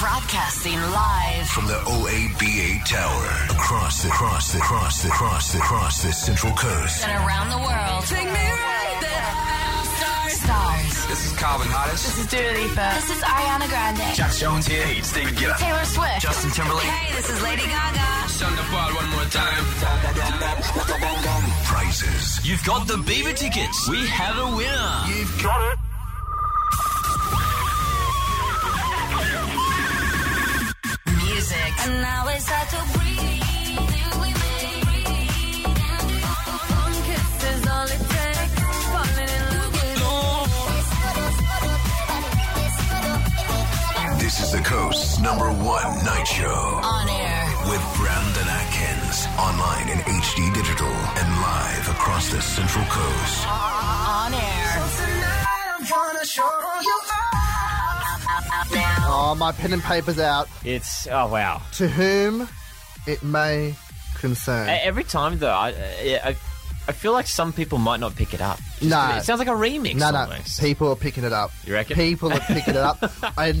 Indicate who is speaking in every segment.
Speaker 1: Broadcasting live
Speaker 2: from the OABA Tower across the across the across the across the across the Central Coast.
Speaker 1: and around the world. Take me right there. Stars. Stars.
Speaker 3: This is Calvin Harris.
Speaker 1: This is Dua Lipa. This is Ariana Grande.
Speaker 3: Jack Jones here. Hey, it's David Guetta.
Speaker 1: Taylor Swift.
Speaker 3: Justin Timberlake.
Speaker 1: Hey, this is Lady Gaga.
Speaker 3: Sound the ball one more time.
Speaker 2: Prizes.
Speaker 3: You've got the Beaver tickets. We have a winner.
Speaker 2: You've got it.
Speaker 1: Music.
Speaker 4: And now it's hard to breathe. And we may breathe. And one kiss is all it takes. Falling in love with
Speaker 2: This is the coast's number one night show
Speaker 1: On air.
Speaker 2: with Brandon Atkins. Online in HD digital and live across the Central Coast.
Speaker 1: On air.
Speaker 5: Oh, my pen and paper's out.
Speaker 6: It's oh wow.
Speaker 5: To whom it may concern.
Speaker 6: E- Every time though, I, I I feel like some people might not pick it up. Just
Speaker 5: No.
Speaker 6: 'cause It sounds like a remix.
Speaker 5: Uh, no, no,
Speaker 6: almost.
Speaker 5: people are picking it up.
Speaker 6: You reckon?
Speaker 5: People are picking it up, and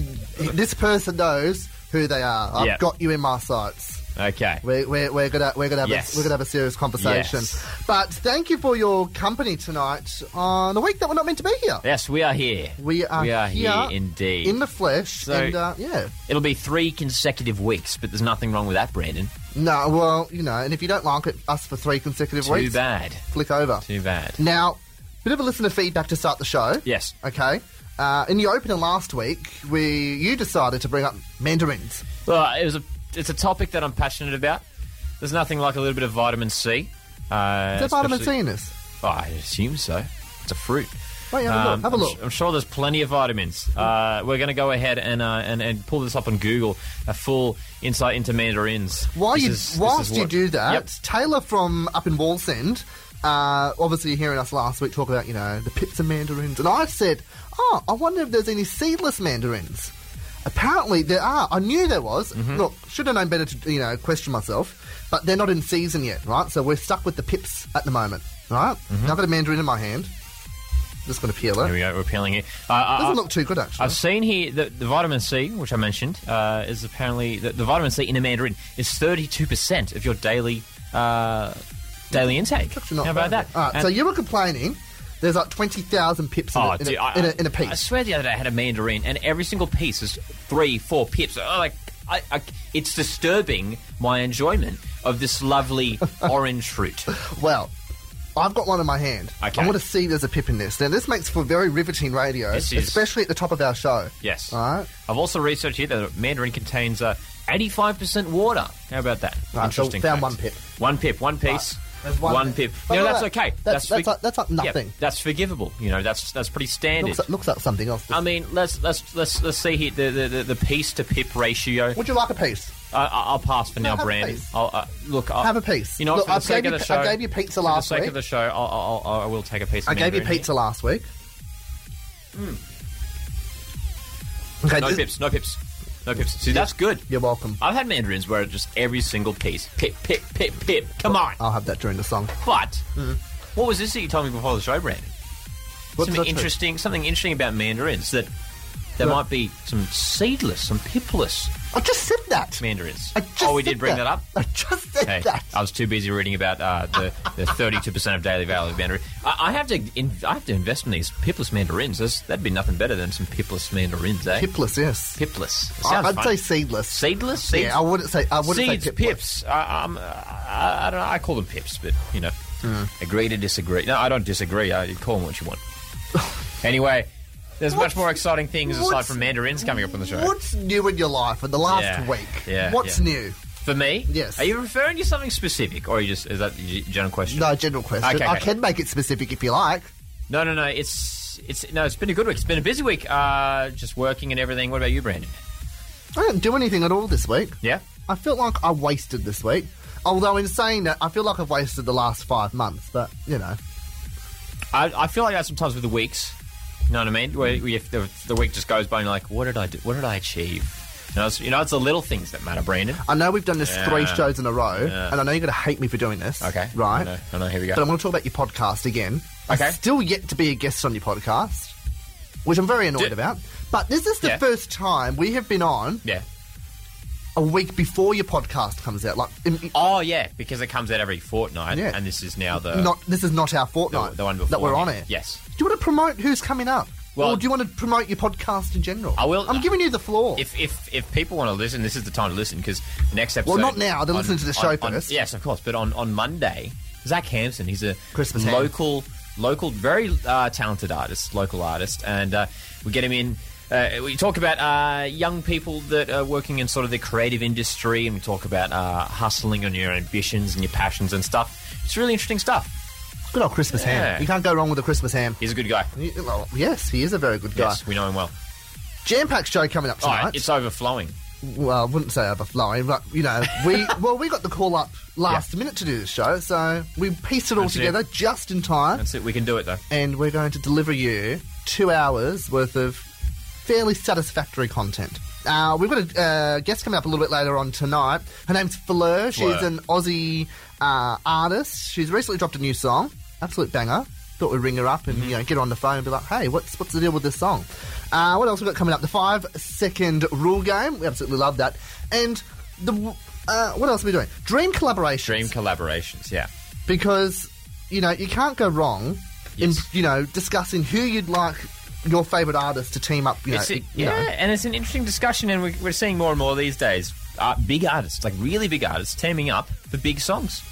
Speaker 5: this person knows who they are. I've
Speaker 6: Yeah.
Speaker 5: got you in my sights.
Speaker 6: Okay.
Speaker 5: We're, we're, we're gonna we're gonna have
Speaker 6: Yes.
Speaker 5: a, we're gonna have a serious conversation.
Speaker 6: Yes.
Speaker 5: But thank you for your company tonight on a week that we're not meant to be here.
Speaker 6: Yes, we are here.
Speaker 5: We are,
Speaker 6: we are here,
Speaker 5: here
Speaker 6: indeed.
Speaker 5: in the flesh,
Speaker 6: So-
Speaker 5: and uh, yeah.
Speaker 6: It'll be three consecutive weeks, but there's nothing wrong with that, Brandon.
Speaker 5: No, well, you know, and if you don't like it, us for three consecutive
Speaker 6: Too
Speaker 5: weeks,
Speaker 6: bad.
Speaker 5: flick over.
Speaker 6: Too bad.
Speaker 5: Now, bit of a listener feedback to start the show.
Speaker 6: Yes.
Speaker 5: Okay. Uh, in the opener last week, we you decided to bring up mandarins.
Speaker 6: Well, it was a it's a topic that I'm passionate about. There's nothing like a little bit of vitamin C.
Speaker 5: Is
Speaker 6: Uh,
Speaker 5: that vitamin
Speaker 6: especially-
Speaker 5: C in this?
Speaker 6: Oh, I assume so. It's a fruit.
Speaker 5: Wait, have a look, have a
Speaker 6: Um, I'm
Speaker 5: look.
Speaker 6: su- I'm sure there's plenty of vitamins. Uh, we're going to go ahead and, uh, and and pull this up on Google. A full insight into mandarins.
Speaker 5: While
Speaker 6: This
Speaker 5: you,
Speaker 6: is- this
Speaker 5: whilst
Speaker 6: is
Speaker 5: you
Speaker 6: what-
Speaker 5: do that,
Speaker 6: Yep.
Speaker 5: Taylor from up in Wallsend, uh, obviously you're hearing us last week talk about, you know, the pips of mandarins. And I said, oh, I wonder if there's any seedless mandarins. Apparently there are. I knew there was.
Speaker 6: Mm-hmm.
Speaker 5: Look, should have known better to, you know, question myself. But they're not in season yet, right? So we're stuck with the pips at the moment, right? Now I've got a mandarin in my hand. Just going to peel
Speaker 6: Here
Speaker 5: it.
Speaker 6: Mm-hmm. we go. We're peeling it. Uh, I-
Speaker 5: Doesn't
Speaker 6: I-
Speaker 5: look too good, actually.
Speaker 6: I've seen here that the vitamin C, which I mentioned, uh, is apparently the, the vitamin C in a mandarin is 32 percent of your daily uh, daily intake.
Speaker 5: Actually not
Speaker 6: How about
Speaker 5: bad.
Speaker 6: that?
Speaker 5: All right,
Speaker 6: And-
Speaker 5: so you were complaining. There's like 20,000 pips in, a,
Speaker 6: Oh,
Speaker 5: in,
Speaker 6: dude,
Speaker 5: a,
Speaker 6: I-
Speaker 5: in, a, in a
Speaker 6: I
Speaker 5: piece.
Speaker 6: swear the other day I had a mandarin, and every single piece is three, four pips. Oh, like, I, I, it's disturbing my enjoyment of this lovely orange fruit.
Speaker 5: Well, I've got one in my hand.
Speaker 6: Okay.
Speaker 5: I want to see if there's a pip in this. Now, this makes for very riveting radio,
Speaker 6: This is-
Speaker 5: especially at the top of our show.
Speaker 6: Yes.
Speaker 5: All right.
Speaker 6: I've also researched here that mandarin contains uh, 85% water. How about that?
Speaker 5: Right, so found one pip.
Speaker 6: One pip, one piece.
Speaker 5: There's
Speaker 6: one
Speaker 5: one
Speaker 6: pip.
Speaker 5: pip.
Speaker 6: You
Speaker 5: But
Speaker 6: know,
Speaker 5: look
Speaker 6: that's
Speaker 5: at that.
Speaker 6: okay.
Speaker 5: That's- that's like- that's like
Speaker 6: yeah,
Speaker 5: nothing.
Speaker 6: that's forgivable. You know, that's that's pretty standard.
Speaker 5: Looks, looks like something else.
Speaker 6: I mean, let's let's let's let's see here the the, the, the piece to pip ratio.
Speaker 5: Would you like a piece?
Speaker 6: I, I- I'll pass for
Speaker 5: No,
Speaker 6: now,
Speaker 5: have a
Speaker 6: Brandon.
Speaker 5: piece.
Speaker 6: I'll, uh, look, I'll,
Speaker 5: Have a piece.
Speaker 6: You know,
Speaker 5: Look,
Speaker 6: for the
Speaker 5: I
Speaker 6: sake
Speaker 5: gave
Speaker 6: of the
Speaker 5: you-
Speaker 6: show,
Speaker 5: I gave you pizza last
Speaker 6: For the sake
Speaker 5: week.
Speaker 6: of the show, I'll, I'll, I'll, I will take a piece. Of
Speaker 5: I gave you
Speaker 6: mandarin. Hmm.
Speaker 5: pizza last week. Okay,
Speaker 6: No
Speaker 5: this-
Speaker 6: pips. No pips. No pips. See, that's good.
Speaker 5: You're welcome.
Speaker 6: I've had mandarins where just every single piece, pip, pip, pip, pip. Come on.
Speaker 5: I'll have that during the song.
Speaker 6: But what was this that you told me before the show, Brandon?
Speaker 5: What did I
Speaker 6: something
Speaker 5: tell you?
Speaker 6: interesting. Something interesting about mandarins that there
Speaker 5: Yeah.
Speaker 6: might be some seedless, some pipless
Speaker 5: I just said that.
Speaker 6: mandarins.
Speaker 5: I just
Speaker 6: oh, we
Speaker 5: said
Speaker 6: did bring that, up.
Speaker 5: I just said
Speaker 6: Hey,
Speaker 5: that.
Speaker 6: I was too busy reading about uh, the the thirty two percent of daily value of mandarin. I, I have to in, I have to invest in these pipless mandarins. That's, that'd be nothing better than some pipless mandarins, eh?
Speaker 5: Pipless, yes.
Speaker 6: pipless. It
Speaker 5: I,
Speaker 6: sounds
Speaker 5: I'd
Speaker 6: fun.
Speaker 5: say seedless.
Speaker 6: seedless. Seeds?
Speaker 5: Yeah, I wouldn't say. I wouldn't
Speaker 6: seeds,
Speaker 5: say pipless.
Speaker 6: pips. I, um, I, I don't know. I call them pips, but you know,
Speaker 5: Mm.
Speaker 6: agree to disagree. No, I don't disagree. I you call them what you want. anyway, there's much
Speaker 5: What's-
Speaker 6: more exciting things aside
Speaker 5: what's-
Speaker 6: from mandarins coming up on the show.
Speaker 5: What's new in your life in the last
Speaker 6: Yeah,
Speaker 5: week?
Speaker 6: yeah,
Speaker 5: What's
Speaker 6: yeah.
Speaker 5: new?
Speaker 6: For me,
Speaker 5: Yes.
Speaker 6: Are you referring to something specific, or are you just is that your general question?
Speaker 5: No, general question.
Speaker 6: Okay,
Speaker 5: I
Speaker 6: okay.
Speaker 5: can make it specific if you like.
Speaker 6: No, no, no. It's it's no. It's been a good week. It's been a busy week. Uh, just working and everything. What about you, Brandon?
Speaker 5: I didn't do anything at all this week.
Speaker 6: Yeah.
Speaker 5: I felt like I wasted this week. Although in saying that, I feel like I've wasted the last five months. But you know,
Speaker 6: I, I feel like that sometimes with the weeks. You know what I mean? Where, where if the, the week just goes by and you're like, what did I do? What did I achieve? You know, it's, you know, it's the little things that matter, Brandon.
Speaker 5: I know we've done this
Speaker 6: Yeah.
Speaker 5: three shows in a row, and I know you're going to hate me for doing this.
Speaker 6: Okay.
Speaker 5: right?
Speaker 6: I know. I know, Here we go.
Speaker 5: But I'm going to talk about your podcast again. I'm
Speaker 6: Okay.
Speaker 5: still yet to be a guest on your podcast, which I'm very annoyed
Speaker 6: Do-
Speaker 5: about. But this is the
Speaker 6: Yeah.
Speaker 5: first time we have been on
Speaker 6: yeah.
Speaker 5: a week before your podcast comes out. Like, in,
Speaker 6: Oh yeah, because it comes out every fortnight,
Speaker 5: Yeah.
Speaker 6: and this is now the
Speaker 5: not this is not our
Speaker 6: the,
Speaker 5: fortnight
Speaker 6: Uh, the one before
Speaker 5: that we're on
Speaker 6: it.
Speaker 5: it.
Speaker 6: Yes.
Speaker 5: Do you want to promote who's coming up?
Speaker 6: Well-
Speaker 5: or do you want to promote your podcast in general?
Speaker 6: I will- uh,
Speaker 5: I'm giving you the floor.
Speaker 6: If if if people want to listen, this is the time to listen because the next episode.
Speaker 5: Well, not now. They're listening to the show
Speaker 6: on-
Speaker 5: first.
Speaker 6: yes, of course. But on on Monday, Zach Hampson. He's a
Speaker 5: Christmas ham.
Speaker 6: local local very uh, talented artist, local artist, and uh, we get him in. Uh, we talk about uh, young people that are working in sort of the creative industry, and we talk about uh, hustling and your ambitions and your passions and stuff. It's really interesting stuff.
Speaker 5: Good old Christmas
Speaker 6: Yeah.
Speaker 5: ham. You can't go wrong with a Christmas ham.
Speaker 6: He's a good guy.
Speaker 5: He- well, yes, he is a very good guy.
Speaker 6: Yes, we know him well.
Speaker 5: Jam Pack show coming up
Speaker 6: All
Speaker 5: tonight.
Speaker 6: right, it's overflowing.
Speaker 5: well, I wouldn't say overflowing, but you know, we well we got the call up last minute to do this show, so we pieced it all
Speaker 6: That's it.
Speaker 5: together just in time,
Speaker 6: That's it. We can do it though.
Speaker 5: and we're going to deliver you two hours worth of fairly satisfactory content. Uh, we've got a uh, guest coming up a little bit later on tonight. Her name's Fleur. She's
Speaker 6: Fleur.
Speaker 5: an Aussie uh, artist. She's recently dropped a new song, absolute banger. Thought we'd ring her up
Speaker 6: Mm-hmm.
Speaker 5: and you know get her on the phone and be like, "Hey, what's what's the deal with this song?" Uh, what else we got coming up? The five second rule game. We absolutely love that. And the uh, what else are we doing? Dream collaboration
Speaker 6: Dream collaborations. Yeah.
Speaker 5: because you know you can't go wrong
Speaker 6: Yes.
Speaker 5: in you know discussing who you'd like your favorite artist to team up. You know,
Speaker 6: It's a-
Speaker 5: you
Speaker 6: yeah,
Speaker 5: know.
Speaker 6: and it's an interesting discussion, and we're, we're seeing more and more these days. Uh, big artists, like really big artists, teaming up for big songs.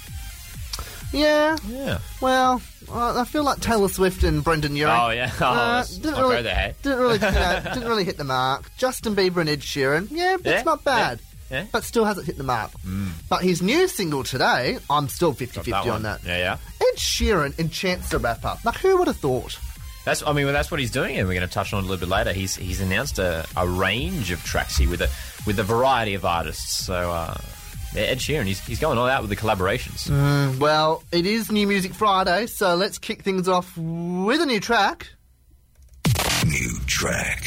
Speaker 5: yeah.
Speaker 6: Yeah.
Speaker 5: Well, uh, I feel like Taylor Swift and Brendan Urie.
Speaker 6: Oh, yeah. Oh, that's- I'll go
Speaker 5: Uh, really,
Speaker 6: there.
Speaker 5: didn't really, you know, didn't really hit the mark. Justin Bieber and Ed Sheeran. Yeah, that's
Speaker 6: Yeah,
Speaker 5: not bad.
Speaker 6: yeah, yeah.
Speaker 5: But still hasn't hit the mark. But his new single today, I'm still 50 50
Speaker 6: one.
Speaker 5: on that.
Speaker 6: Yeah, yeah.
Speaker 5: Ed Sheeran and Chance the Rapper. Like, who would have thought?
Speaker 6: That's. I mean, well, that's what he's doing, and we're going to touch on it a little bit later. He's he's announced a, a range of tracks here with a with a variety of artists. So. Uh, Ed Sheeran, he's, he's going all out with the collaborations.
Speaker 5: Well, it is New Music Friday, so let's kick things off with a new track.
Speaker 2: New track.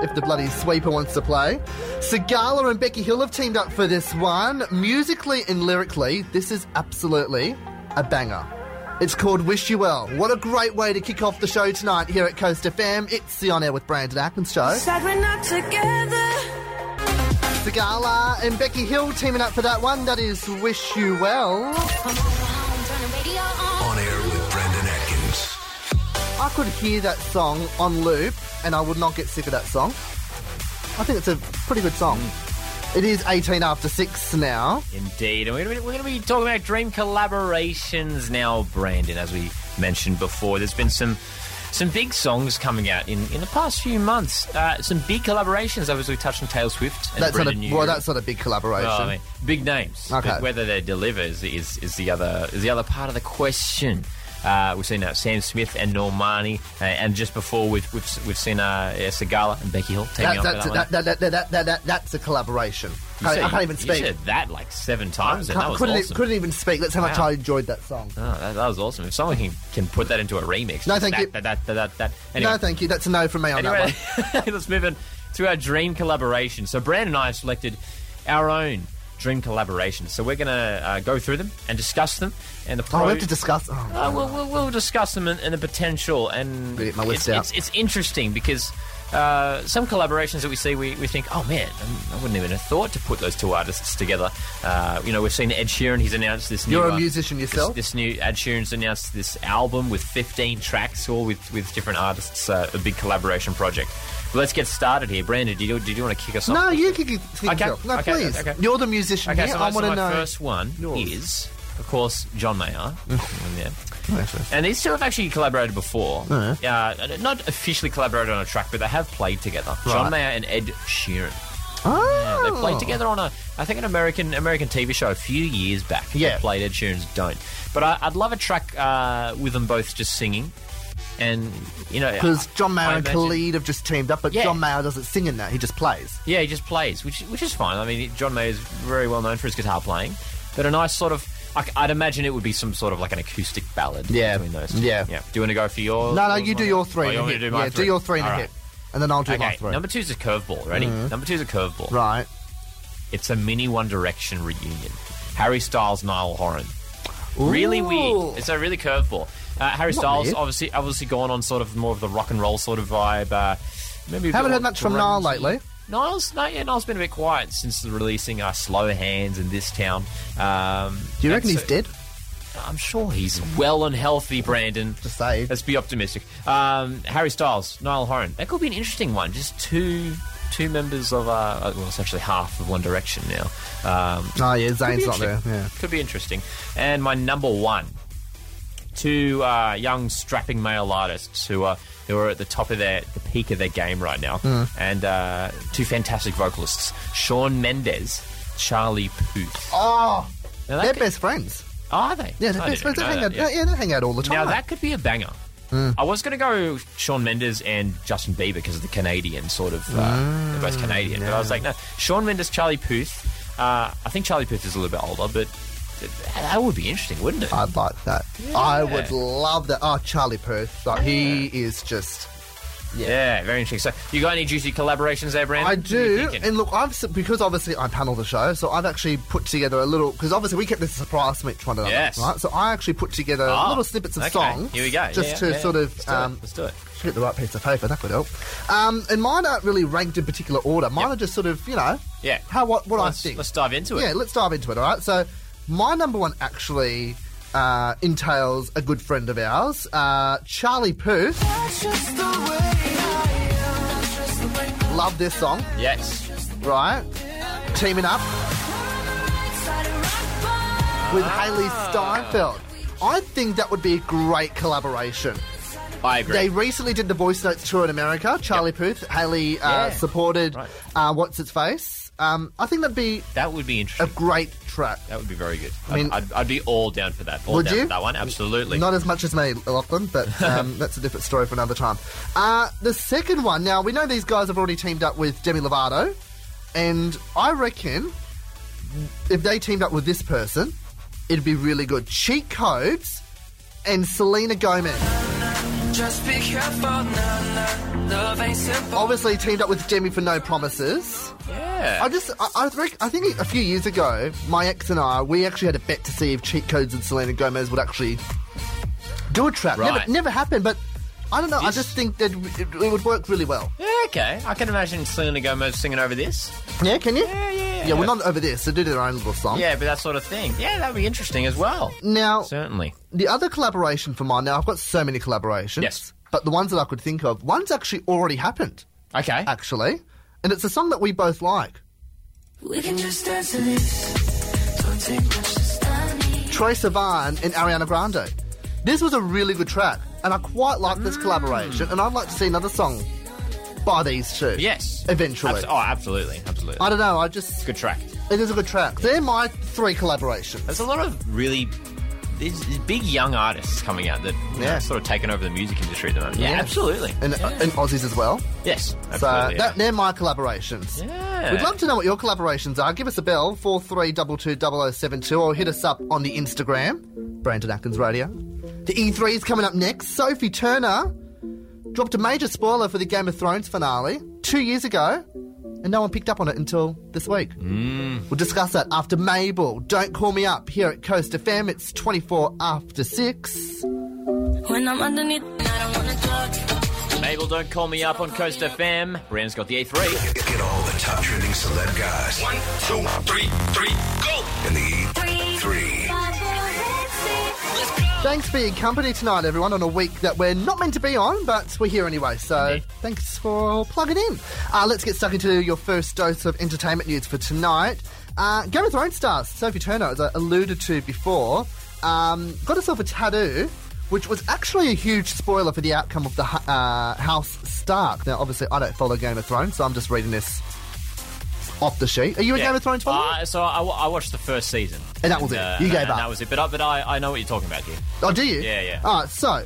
Speaker 5: If the bloody sweeper wants to play, Sigala and Becky Hill have teamed up for this one. Musically and lyrically, this is absolutely a banger. It's called Wish You Well. What a great way to kick off the show tonight here at Coast FM. It's the On Air with Brandon Atkins show.
Speaker 1: Sad we're not together.
Speaker 5: Sigala and Becky Hill teaming up for that one. That is Wish You Well.
Speaker 4: Turn the radio on.
Speaker 2: On air with Brandon Atkins.
Speaker 5: I could hear that song on loop and I would not get sick of that song. I think it's a pretty good song. It is 18 after 6 now.
Speaker 6: Indeed. And we're going, to be, we're going to be talking about dream collaborations now, Brandon, as we mentioned before. There's been some some big songs coming out in, in the past few months. Uh, some big collaborations. Obviously, we touched on Taylor Swift and
Speaker 5: That's not
Speaker 6: Brenda
Speaker 5: a,
Speaker 6: New. Oh,
Speaker 5: well, that's not a big collaboration.
Speaker 6: I mean, big names.
Speaker 5: Okay.
Speaker 6: But whether they deliver is, is, is the other is the other part of the question. Uh, we've seen uh, Sam Smith and Normani, uh, and just before we've we've, we've seen uh, yeah, Segala and Becky Hill
Speaker 5: That-
Speaker 6: teaming up. for
Speaker 5: that's,
Speaker 6: that one.
Speaker 5: that, that, that, that, that, that- that's a collaboration.
Speaker 6: You
Speaker 5: I,
Speaker 6: said-
Speaker 5: I can't even speak.
Speaker 6: You said that like seven times, and that
Speaker 5: Can't-
Speaker 6: was
Speaker 5: couldn't, e-
Speaker 6: awesome.
Speaker 5: couldn't even speak. That's how much
Speaker 6: Wow.
Speaker 5: I enjoyed that song.
Speaker 6: Oh, that, that was awesome. If someone can, can put that into a remix.
Speaker 5: No, thank
Speaker 6: that,
Speaker 5: you.
Speaker 6: That, that, that, that, that. Anyway,
Speaker 5: No, thank you. That's a no from me on that one.
Speaker 6: anyway let's move on to our dream collaboration. So, Brand and I have selected our own dream collaboration. So, we're going to uh, go through them and discuss them. And the pro-
Speaker 5: Oh, we have to discuss. Oh,
Speaker 6: uh, we'll, we'll, we'll discuss them and, and the potential. And
Speaker 5: Get my list
Speaker 6: it's,
Speaker 5: out.
Speaker 6: It's, it's interesting because uh, some collaborations that we see, we, we think, oh man, I wouldn't even have thought to put those two artists together. Uh, you know, we've seen Ed Sheeran; he's announced this.
Speaker 5: You're
Speaker 6: new,
Speaker 5: a
Speaker 6: uh,
Speaker 5: musician
Speaker 6: this-
Speaker 5: yourself?
Speaker 6: This, new Ed Sheeran's announced this album with 15 tracks, all with, with different artists. Uh, a big collaboration project. But let's get started here, Brandon. Did you, did you want to kick us off?
Speaker 5: no, you can think
Speaker 6: Okay,
Speaker 5: yourself. No,
Speaker 6: okay,
Speaker 5: please.
Speaker 6: okay.
Speaker 5: You're the musician
Speaker 6: Okay,
Speaker 5: here.
Speaker 6: so,
Speaker 5: I
Speaker 6: my- so
Speaker 5: want to
Speaker 6: my
Speaker 5: know.
Speaker 6: first one
Speaker 5: Yours.
Speaker 6: is, of course, John Mayer. yeah.
Speaker 5: Actually.
Speaker 6: And these two have actually collaborated before. Uh, not officially collaborated on a track, but they have played together. John
Speaker 5: Right.
Speaker 6: Mayer and Ed Sheeran. Uh,
Speaker 5: Oh.
Speaker 6: They played together on a, I think, an American American TV show a few years back.
Speaker 5: Yeah.
Speaker 6: They played Ed Sheeran's "Don't." But I, I'd love a track uh, with them both just singing, and you know,
Speaker 5: Because
Speaker 6: I-
Speaker 5: John Mayer
Speaker 6: Ah, I
Speaker 5: and
Speaker 6: imagine-
Speaker 5: Khalid have just teamed up, but
Speaker 6: Yeah.
Speaker 5: John Mayer doesn't sing in that. He just plays.
Speaker 6: Yeah, he just plays, which which is fine. I mean, John Mayer is very well known for his guitar playing, but a nice sort of. I, would imagine it would be some sort of like an acoustic ballad
Speaker 5: Yeah,
Speaker 6: between those. two.
Speaker 5: yeah.
Speaker 6: yeah. Do you want to go for your?
Speaker 5: No, no, you do your three.
Speaker 6: Oh,
Speaker 5: and
Speaker 6: you
Speaker 5: a
Speaker 6: want me
Speaker 5: hit.
Speaker 6: to do my
Speaker 5: yeah,
Speaker 6: three?
Speaker 5: do your three and
Speaker 6: All
Speaker 5: a
Speaker 6: right.
Speaker 5: hit, and then I'll do my
Speaker 6: Okay,
Speaker 5: three. Mm-hmm.
Speaker 6: number two is a curveball. Ready? Number two is a curveball.
Speaker 5: right.
Speaker 6: It's a mini One Direction reunion. Harry Styles, Niall Horan. Really weird. It's a really curveball. Uh, Harry
Speaker 5: Not
Speaker 6: Styles
Speaker 5: weird.
Speaker 6: obviously obviously gone on sort of more of the rock and roll sort of vibe. Uh, maybe a
Speaker 5: Haven't
Speaker 6: bit
Speaker 5: heard
Speaker 6: more
Speaker 5: much from Niall
Speaker 6: grungy.
Speaker 5: lately.
Speaker 6: Niall's, no, yeah, Niall's been a bit quiet since the releasing uh, Slow Hands and This Town. Um,
Speaker 5: Do you
Speaker 6: and
Speaker 5: reckon
Speaker 6: so-
Speaker 5: he's dead?
Speaker 6: I'm sure he's well and healthy, Brandon.
Speaker 5: Just say.
Speaker 6: Let's be optimistic. Um, Harry Styles, Niall Horan. That could be an interesting one. Just two two members of, uh, uh, well, essentially half of One Direction now. Um,
Speaker 5: Oh yeah,
Speaker 6: could be
Speaker 5: Zane's not there.
Speaker 6: interesting.
Speaker 5: Yeah.
Speaker 6: Could be interesting. And my number one, two uh, young strapping male artists who are who are at the top of their the peak of their game right now,
Speaker 5: Mm.
Speaker 6: and uh, two fantastic vocalists, Sean Mendes, Charlie Puth.
Speaker 5: Oh,
Speaker 6: Now that
Speaker 5: they're
Speaker 6: could-
Speaker 5: best friends.
Speaker 6: Are they?
Speaker 5: Yeah, they're
Speaker 6: I
Speaker 5: best friends.
Speaker 6: didn't
Speaker 5: They
Speaker 6: know
Speaker 5: hang
Speaker 6: that,
Speaker 5: out.
Speaker 6: yeah.
Speaker 5: Yeah. they hang out all the time.
Speaker 6: Now that could be a banger.
Speaker 5: Hmm.
Speaker 6: I was going to go Sean Mendes and Justin Bieber because of the Canadian sort of. Uh, they're
Speaker 5: Hmm,
Speaker 6: both Canadian, but I was like, no, Sean Mendes, Charlie Puth. Uh, I think Charlie Puth is a little bit older, but th- that would be interesting, wouldn't it?
Speaker 5: I'd like that. I would love that. Oh, Charlie Perth, like he is just.
Speaker 6: yeah. very interesting. So, you got any juicy collaborations there, Brandon?
Speaker 5: I
Speaker 6: What are you
Speaker 5: do,
Speaker 6: thinking?
Speaker 5: and look, I've s- because obviously I panel the show, so I've actually put together a little because obviously we kept this a surprise from each one another,
Speaker 6: Yes.
Speaker 5: right? So I actually put together
Speaker 6: Oh,
Speaker 5: little snippets of
Speaker 6: okay.
Speaker 5: songs,
Speaker 6: Here we go.
Speaker 5: just
Speaker 6: Yeah,
Speaker 5: to
Speaker 6: yeah.
Speaker 5: sort
Speaker 6: Let's
Speaker 5: of
Speaker 6: do it.
Speaker 5: um,
Speaker 6: Let's do it.
Speaker 5: should get the right piece of paper. That would help. Um, and mine aren't really ranked in particular order. Mine
Speaker 6: Yep.
Speaker 5: are just sort of you know,
Speaker 6: Yeah.
Speaker 5: how what what
Speaker 6: let's,
Speaker 5: I think.
Speaker 6: Let's dive into it.
Speaker 5: Yeah, let's dive into it. All right. So my number one actually uh, entails a good friend of ours, uh, Charlie Puth. Love this song,
Speaker 6: Yes.
Speaker 5: right? Teaming up with Haley
Speaker 6: Ah.
Speaker 5: Steinfeld. I think that would be a great collaboration.
Speaker 6: I agree.
Speaker 5: They recently did the Voice Notes tour in America. Charlie Puth, Haley uh,
Speaker 6: Yeah.
Speaker 5: supported
Speaker 6: Right.
Speaker 5: uh, What's Its Face. Um, I think that'd be
Speaker 6: that would be interesting.
Speaker 5: a great track.
Speaker 6: that would be very good. I
Speaker 5: I mean-
Speaker 6: would I'd, I'd be all down for that. All
Speaker 5: Would
Speaker 6: down
Speaker 5: you?
Speaker 6: for that one, absolutely.
Speaker 5: Not as much as me, Lachlan, but um, that's a different story for another time. Uh, the second one, now we know these guys have already teamed up with Demi Lovato, and I reckon if they teamed up with this person, it'd be really good. Cheat Codes and Selena Gomez.
Speaker 1: Just be careful, nah, nah. Love ain't simple.
Speaker 5: Obviously, teamed up with Demi for No Promises.
Speaker 6: yeah.
Speaker 5: I just, I, I, rec- I think a few years ago, my ex and I, we actually had a bet to see if Cheat Codes and Selena Gomez would actually do a trap.
Speaker 6: Right.
Speaker 5: Never, never happened, but I don't know. I
Speaker 6: Yes.
Speaker 5: just think that it, it would work really well.
Speaker 6: Yeah, okay. I can imagine Selena Gomez singing over this.
Speaker 5: Yeah, can you?
Speaker 6: Yeah, yeah, yeah.
Speaker 5: Yeah, we're not over this. They do their own little song.
Speaker 6: Yeah, but that sort of thing. Yeah, that'd be interesting as well.
Speaker 5: Now,
Speaker 6: Certainly.
Speaker 5: the other collaboration for mine. Now, I've got so many collaborations.
Speaker 6: Yes.
Speaker 5: But the ones that I could think of, one's actually already happened,
Speaker 6: Okay.
Speaker 5: Uh, actually, and it's a song that we both like.
Speaker 1: We can just dance to this. Don't take much to stop.
Speaker 5: Troy Sivan and Ariana Grande. This was a really good track, and I quite like
Speaker 6: Mm.
Speaker 5: this collaboration, and I'd like to see another song by these two.
Speaker 6: yes.
Speaker 5: Eventually.
Speaker 6: Abs- oh, absolutely. Absolutely.
Speaker 5: I don't know, I just.
Speaker 6: Good track.
Speaker 5: It is a good track. They're my three collaborations.
Speaker 6: There's a lot of really there's there's big young artists coming out that you know,
Speaker 5: Yeah.
Speaker 6: sort of taken over the music industry at the moment. Yeah,
Speaker 5: Yeah.
Speaker 6: absolutely.
Speaker 5: And, uh,
Speaker 6: yeah.
Speaker 5: and Aussies as well.
Speaker 6: yes, absolutely.
Speaker 5: So
Speaker 6: yeah.
Speaker 5: that, they're my collaborations.
Speaker 6: Yeah.
Speaker 5: We'd love to know what your collaborations are. Give us a bell, 43220072, or hit us up on the Instagram, Brandon Atkins Radio. The E3 is coming up next. Sophie Turner dropped a major spoiler for the Game of Thrones finale two years ago, and no one picked up on it until this week.
Speaker 6: Hmm.
Speaker 5: We'll discuss that after Mabel. Don't call me up here at Coast FM. It's 24 after 6.
Speaker 4: When I'm underneath, I don't wanna talk.
Speaker 6: Mabel, don't call me up on Coast FM. Brand's got the A3.
Speaker 2: Get all the top trending celeb guys. One, two, three, three, go! In the E
Speaker 4: Three,
Speaker 2: three.
Speaker 4: five, four, six,
Speaker 5: Thanks for your company tonight, everyone, on a week that we're not meant to be on, but we're here anyway. So
Speaker 6: Indeed.
Speaker 5: thanks for plugging in. Uh, let's get stuck into your first dose of entertainment news for tonight. Uh, Game of Thrones stars Sophie Turner, as I alluded to before, um, got herself a tattoo, which was actually a huge spoiler for the outcome of the hu- uh, House Stark. Now, obviously, I don't follow Game of Thrones, so I'm just reading this off the sheet. Are you a Game of Thrones follower?
Speaker 6: Uh, so I, wa- I watched the first season,
Speaker 5: And that was it. You
Speaker 6: and-
Speaker 5: gave
Speaker 6: and
Speaker 5: up.
Speaker 6: That was it. But I, but I, I know what you're talking about here.
Speaker 5: Oh, do you?
Speaker 6: Yeah, yeah.
Speaker 5: All right, so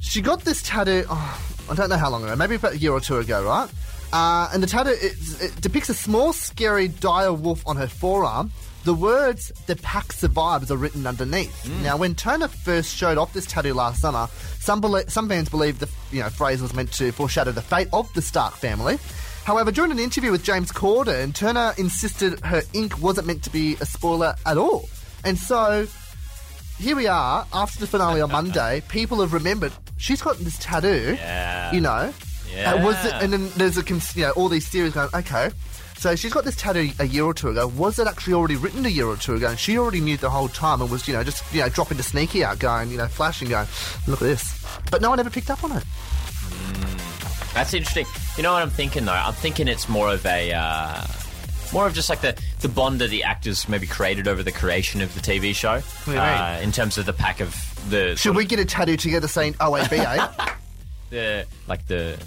Speaker 5: she got this tattoo. Oh, I don't know how long ago, maybe about a year or two ago, right? Uh, and the tattoo it, it depicts a small, scary, dire wolf on her forearm. The words "The pack survives" are written underneath.
Speaker 6: Hmm.
Speaker 5: Now, when Turner first showed off this tattoo last summer, some belie- some fans believe the you know phrase was meant to foreshadow the fate of the Stark family. However, during an interview with James Corden, Turner insisted her ink wasn't meant to be a spoiler at all, and so here we are after the finale on Monday. People have remembered she's got this tattoo.
Speaker 6: Yeah.
Speaker 5: You know, Uh, was it, and then there's a cons- you know all these theories going. Okay, so she's got this tattoo a year or two ago. Was it actually already written a year or two ago? And she already knew the whole time and was you know just you know dropping the sneaky out, going you know flashing, going look at this. But no one ever picked up on it.
Speaker 6: That's interesting. You know what I'm thinking though? I'm thinking it's more of a uh, more of just like the the bond that the actors maybe created over the creation of the TV show.
Speaker 5: do you
Speaker 6: Uh, in terms of the pack of the
Speaker 5: Should we get a tattoo together saying OABA?
Speaker 6: the like the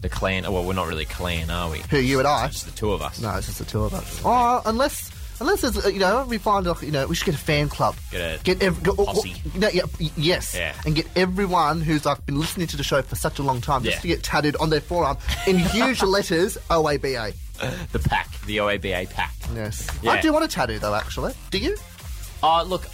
Speaker 6: the clan. Oh, well, we're not really clan, are we?
Speaker 5: who you and I?
Speaker 6: It's just the two of us.
Speaker 5: No, it's just the two of us. Oh, unless. Unless there's, uh, you know, we find like, you know, we should get a fan club.
Speaker 6: Get a
Speaker 5: ev- go-
Speaker 6: posse.
Speaker 5: no, yeah, y- yes,
Speaker 6: Yeah.
Speaker 5: and get everyone who's like been listening to the show for such a long time just
Speaker 6: Yeah.
Speaker 5: to get tatted on their forearm in huge letters OABA.
Speaker 6: The pack, the OABA pack.
Speaker 5: Yes,
Speaker 6: Yeah.
Speaker 5: I do want a tattoo though. Actually, do you?
Speaker 6: Uh, look,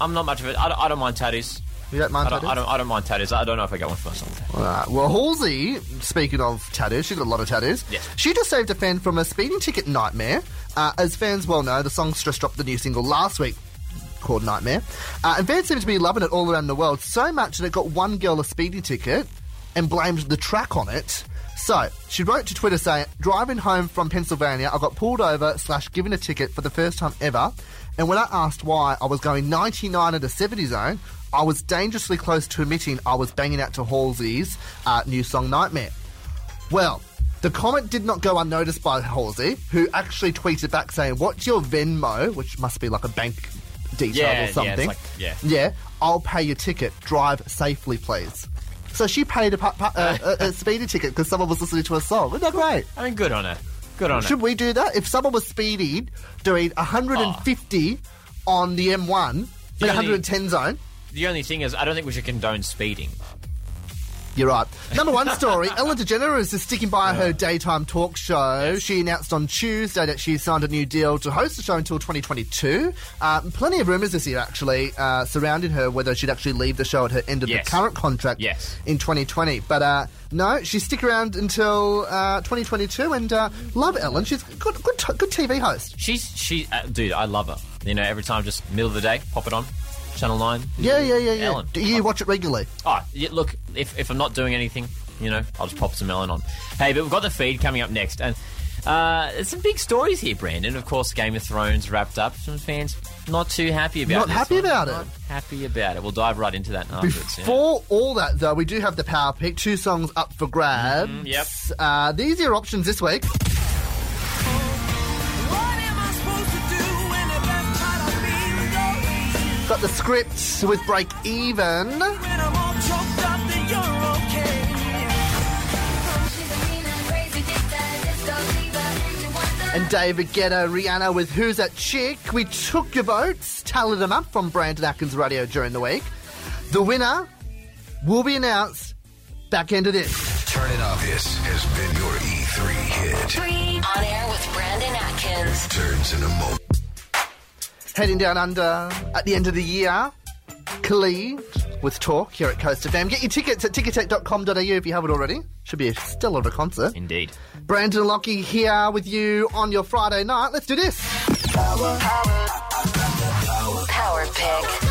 Speaker 6: I'm not much of it. I don't, I don't mind tattoos.
Speaker 5: You don't mind
Speaker 6: I don't,
Speaker 5: tattoos?
Speaker 6: I don't. I don't mind tattoos. I don't know if I got one for myself.
Speaker 5: Alright, well, Halsey, speaking of tattoos, she's got a lot of tattoos.
Speaker 6: Yes.
Speaker 5: She just saved a fan from a speeding ticket nightmare. Uh, as fans well know, the songstress dropped the new single last week called Nightmare. Uh, and fans seem to be loving it all around the world so much that it got one girl a speeding ticket and blamed the track on it. So, she wrote to Twitter saying, Driving home from Pennsylvania, I got pulled over slash given a ticket for the first time ever. And when I asked why I was going 99 at a 70 zone, I was dangerously close to admitting I was banging out to Halsey's uh, new song Nightmare. Well, the comment did not go unnoticed by Halsey, who actually tweeted back saying, What's your Venmo? Which must be like a bank detail
Speaker 6: Yeah, yeah,
Speaker 5: or
Speaker 6: it's
Speaker 5: something.
Speaker 6: like- yeah.
Speaker 5: Yeah, I'll pay your ticket. Drive safely, please. So she paid a, pu- pu- uh, a, a speeding ticket because someone was listening to a song. Isn't that great?
Speaker 6: I mean, good on her. Good on her.
Speaker 5: Should we do that? If someone was speeding, doing 150
Speaker 6: Oh.
Speaker 5: on the M1 in
Speaker 6: You don't
Speaker 5: 110 zone,
Speaker 6: The only thing is, I don't think we should condone speeding.
Speaker 5: You're right. Number one story Ellen DeGeneres is sticking by
Speaker 6: Uh-huh.
Speaker 5: her daytime talk show. She announced on Tuesday that she signed a new deal to host the show until 2022. Um, plenty of rumours this year, actually, uh, surrounding her whether she'd actually leave the show at her end of
Speaker 6: Yes.
Speaker 5: the current contract
Speaker 6: Yes.
Speaker 5: in 2020. But uh, no, she stick around until uh, 2022 and uh, love Ellen. She's a good, good, t- good TV host.
Speaker 6: She's she, uh, dude. I love her. You know, every time, just middle of the day, pop it on, Channel Nine.
Speaker 5: Yeah, yeah, yeah, yeah.
Speaker 6: Ellen.
Speaker 5: Do you watch it regularly?
Speaker 6: Oh, yeah, look, if, if I'm not doing anything, you know, I'll just pop some melon on. Hey, but we've got the feed coming up next, and uh, there's some big stories here, Brandon. Of course, Game of Thrones wrapped up. Some fans not too happy
Speaker 5: Not
Speaker 6: about this
Speaker 5: happy
Speaker 6: one.
Speaker 5: about it.
Speaker 6: Not happy about it. We'll dive right into that afterwards. yeah.
Speaker 5: Before all that, though, we do have the power pick. Two songs up for grabs.
Speaker 6: Mm-hmm, yep.
Speaker 5: Uh, these are your options this week.
Speaker 1: What am I supposed to do when the best part of me is gone?
Speaker 5: Got the script with Break Even.
Speaker 1: When I'm all choked up, then you're okay.
Speaker 5: And David Guetta, Rihanna with Who's That Chick? We took your votes, tallied them up from Brandon Atkins Radio during the week. The winner will be announced back end of this.
Speaker 2: Turn it up. This has been your E3 hit.
Speaker 4: On air with Brandon Atkins.
Speaker 2: Turns in a moment.
Speaker 5: Heading down under at the end of the year. Khalid with Talk here at Coast FM. Get your tickets at ticketek.com.au if you haven't already. Should be a stellar of a concert.
Speaker 6: Indeed.
Speaker 5: Brandon Lockie here with you on your Friday night. Let's do this.
Speaker 4: Power pick.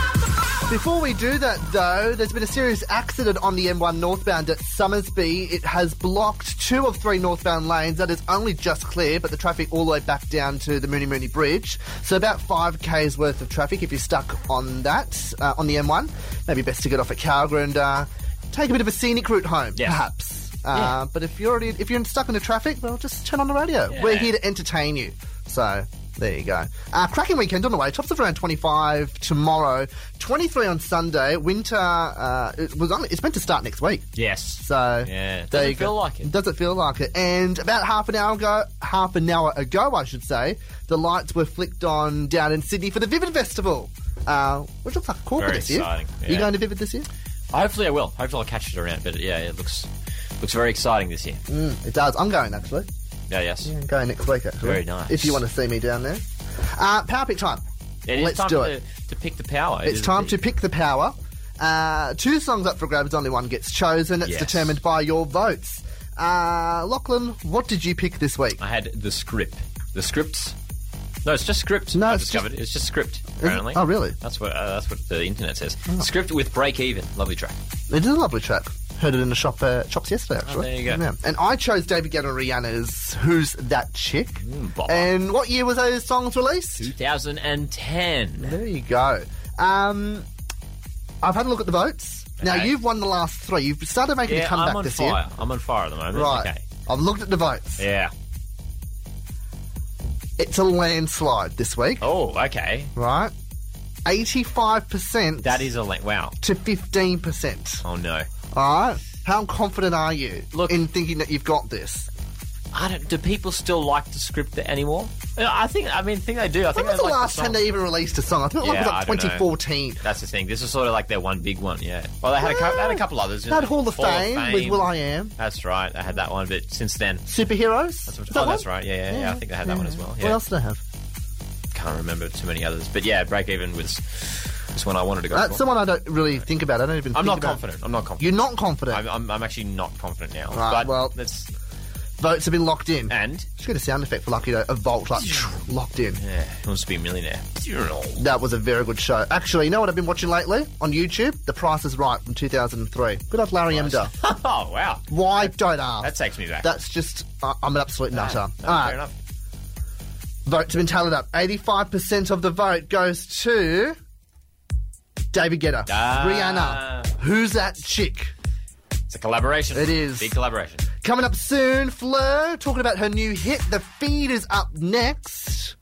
Speaker 5: Before we do that, though, there's been a serious accident on the M1 northbound at Summersby. It has blocked two of three northbound lanes. That is only just clear, but the traffic all the way back down to the Mooney Mooney Bridge. So about 5k's worth of traffic if you're stuck on that, uh, on the M1. Maybe best to get off at Calgary and uh, take a bit of a scenic route home,
Speaker 6: Yeah.
Speaker 5: perhaps. Uh, But if you're already if you're stuck in the traffic, well, just turn on the radio. We're here to entertain you. So there you go. Uh, cracking weekend on the way. Tops of around 25 tomorrow, 23 on Sunday. Winter uh, it was on, it's meant to start next week.
Speaker 6: Yes.
Speaker 5: So there
Speaker 6: Yeah. Doesn't
Speaker 5: you go.
Speaker 6: feel like it.
Speaker 5: Doesn't feel like it. And about half an hour ago, half an hour ago, I should say, the lights were flicked on down in Sydney for the Vivid Festival. Uh, which looks like a corker
Speaker 6: Very
Speaker 5: this year.
Speaker 6: exciting,
Speaker 5: You
Speaker 6: yeah.
Speaker 5: going to Vivid this year?
Speaker 6: Hopefully, I will. Hopefully, I'll catch it around. But yeah, it looks looks very exciting this year.
Speaker 5: It does. I'm going actually.
Speaker 6: Yeah. Yes.
Speaker 5: I'm going next week actually.
Speaker 6: Very nice.
Speaker 5: If you want to see me down there. Uh, power pick time.
Speaker 6: It is
Speaker 5: Let's
Speaker 6: time
Speaker 5: do
Speaker 6: to,
Speaker 5: it.
Speaker 6: to pick the power.
Speaker 5: It's time to pick the power. Uh, two songs up for grabs, only one gets chosen. It's
Speaker 6: Yes.
Speaker 5: determined by your votes. Uh, Lachlan, what did you pick this week?
Speaker 6: I had the script. The scripts. No, it's just script.
Speaker 5: No,
Speaker 6: I
Speaker 5: it's
Speaker 6: discovered it's just script.
Speaker 5: it?
Speaker 6: Apparently.
Speaker 5: Oh, really? Oh.
Speaker 6: That's what uh, that's what the internet says. Script with break even. Lovely track.
Speaker 5: It is a lovely track. Heard it in the shop uh, shops yesterday, actually.
Speaker 6: Oh, there you go.
Speaker 5: Yeah. And I chose David Guetta and Rihanna's "Who's That Chick."
Speaker 6: bopper.
Speaker 5: and what year was those songs released?
Speaker 6: 2010.
Speaker 5: There you go. Um, I've had a look at the votes. Now
Speaker 6: Okay.
Speaker 5: you've won the last three. You've started making
Speaker 6: Yeah,
Speaker 5: a comeback
Speaker 6: I'm on
Speaker 5: this
Speaker 6: fire.
Speaker 5: year,
Speaker 6: I'm on fire at the moment.
Speaker 5: right?
Speaker 6: Okay.
Speaker 5: I've looked at the votes.
Speaker 6: Yeah.
Speaker 5: It's a landslide this week,
Speaker 6: Oh, okay.
Speaker 5: right? Eighty-five percent.
Speaker 6: That is a la- wow.
Speaker 5: to fifteen percent.
Speaker 6: Oh no.
Speaker 5: All right. How confident are you
Speaker 6: Look-
Speaker 5: in thinking that you've got this?
Speaker 6: I don't. Do people still like to script it anymore? Uh, I think. I mean, I think they do. I
Speaker 5: When
Speaker 6: think
Speaker 5: was
Speaker 6: they
Speaker 5: the
Speaker 6: like
Speaker 5: last
Speaker 6: the
Speaker 5: time
Speaker 6: song.
Speaker 5: they even released a song? I think it
Speaker 6: Yeah,
Speaker 5: was
Speaker 6: I
Speaker 5: like
Speaker 6: don't know.
Speaker 5: 2014.
Speaker 6: That's the thing. This is sort of like their one big one. Yeah. Well, they had a couple. They had a couple others.
Speaker 5: That Hall of Fame, with Will I Am,
Speaker 6: That's right. I had that one, but since then.
Speaker 5: superheroes.
Speaker 6: That's
Speaker 5: Is
Speaker 6: what,
Speaker 5: that
Speaker 6: oh, that's
Speaker 5: one?
Speaker 6: right. Yeah, yeah, yeah, I think they had that one as well.
Speaker 5: What
Speaker 6: Yeah.
Speaker 5: else do they have?
Speaker 6: Can't remember too many others, but yeah, break even was was one I wanted to go.
Speaker 5: That's
Speaker 6: for.
Speaker 5: the one I don't really think about. I don't even. think
Speaker 6: I'm not
Speaker 5: about.
Speaker 6: confident. I'm not confident.
Speaker 5: You're not confident.
Speaker 6: I'm, I'm, I'm actually not confident now.
Speaker 5: Right,
Speaker 6: but
Speaker 5: well-
Speaker 6: that's
Speaker 5: Votes have been locked in.
Speaker 6: and
Speaker 5: Should get a sound effect for Lucky though. A vault like locked in.
Speaker 6: yeah, who wants to be a millionaire?
Speaker 5: That was a very good show. Actually, you know what I've been watching lately on YouTube? The Price is Right from 2003. Good old Larry Emder.
Speaker 6: oh wow,
Speaker 5: Why don't ask?
Speaker 6: that takes me back.
Speaker 5: That's just, I I'm an absolute
Speaker 6: Ah,
Speaker 5: nutter. All
Speaker 6: no, fair
Speaker 5: right,
Speaker 6: enough.
Speaker 5: votes have been tallied up. 85% of the vote goes to David Guetta,
Speaker 6: Ah.
Speaker 5: Rihanna. Who's that chick?
Speaker 6: It's a collaboration.
Speaker 5: It is.
Speaker 6: big collaboration.
Speaker 5: Coming up soon, Fleur talking about her new hit. The feed is up next.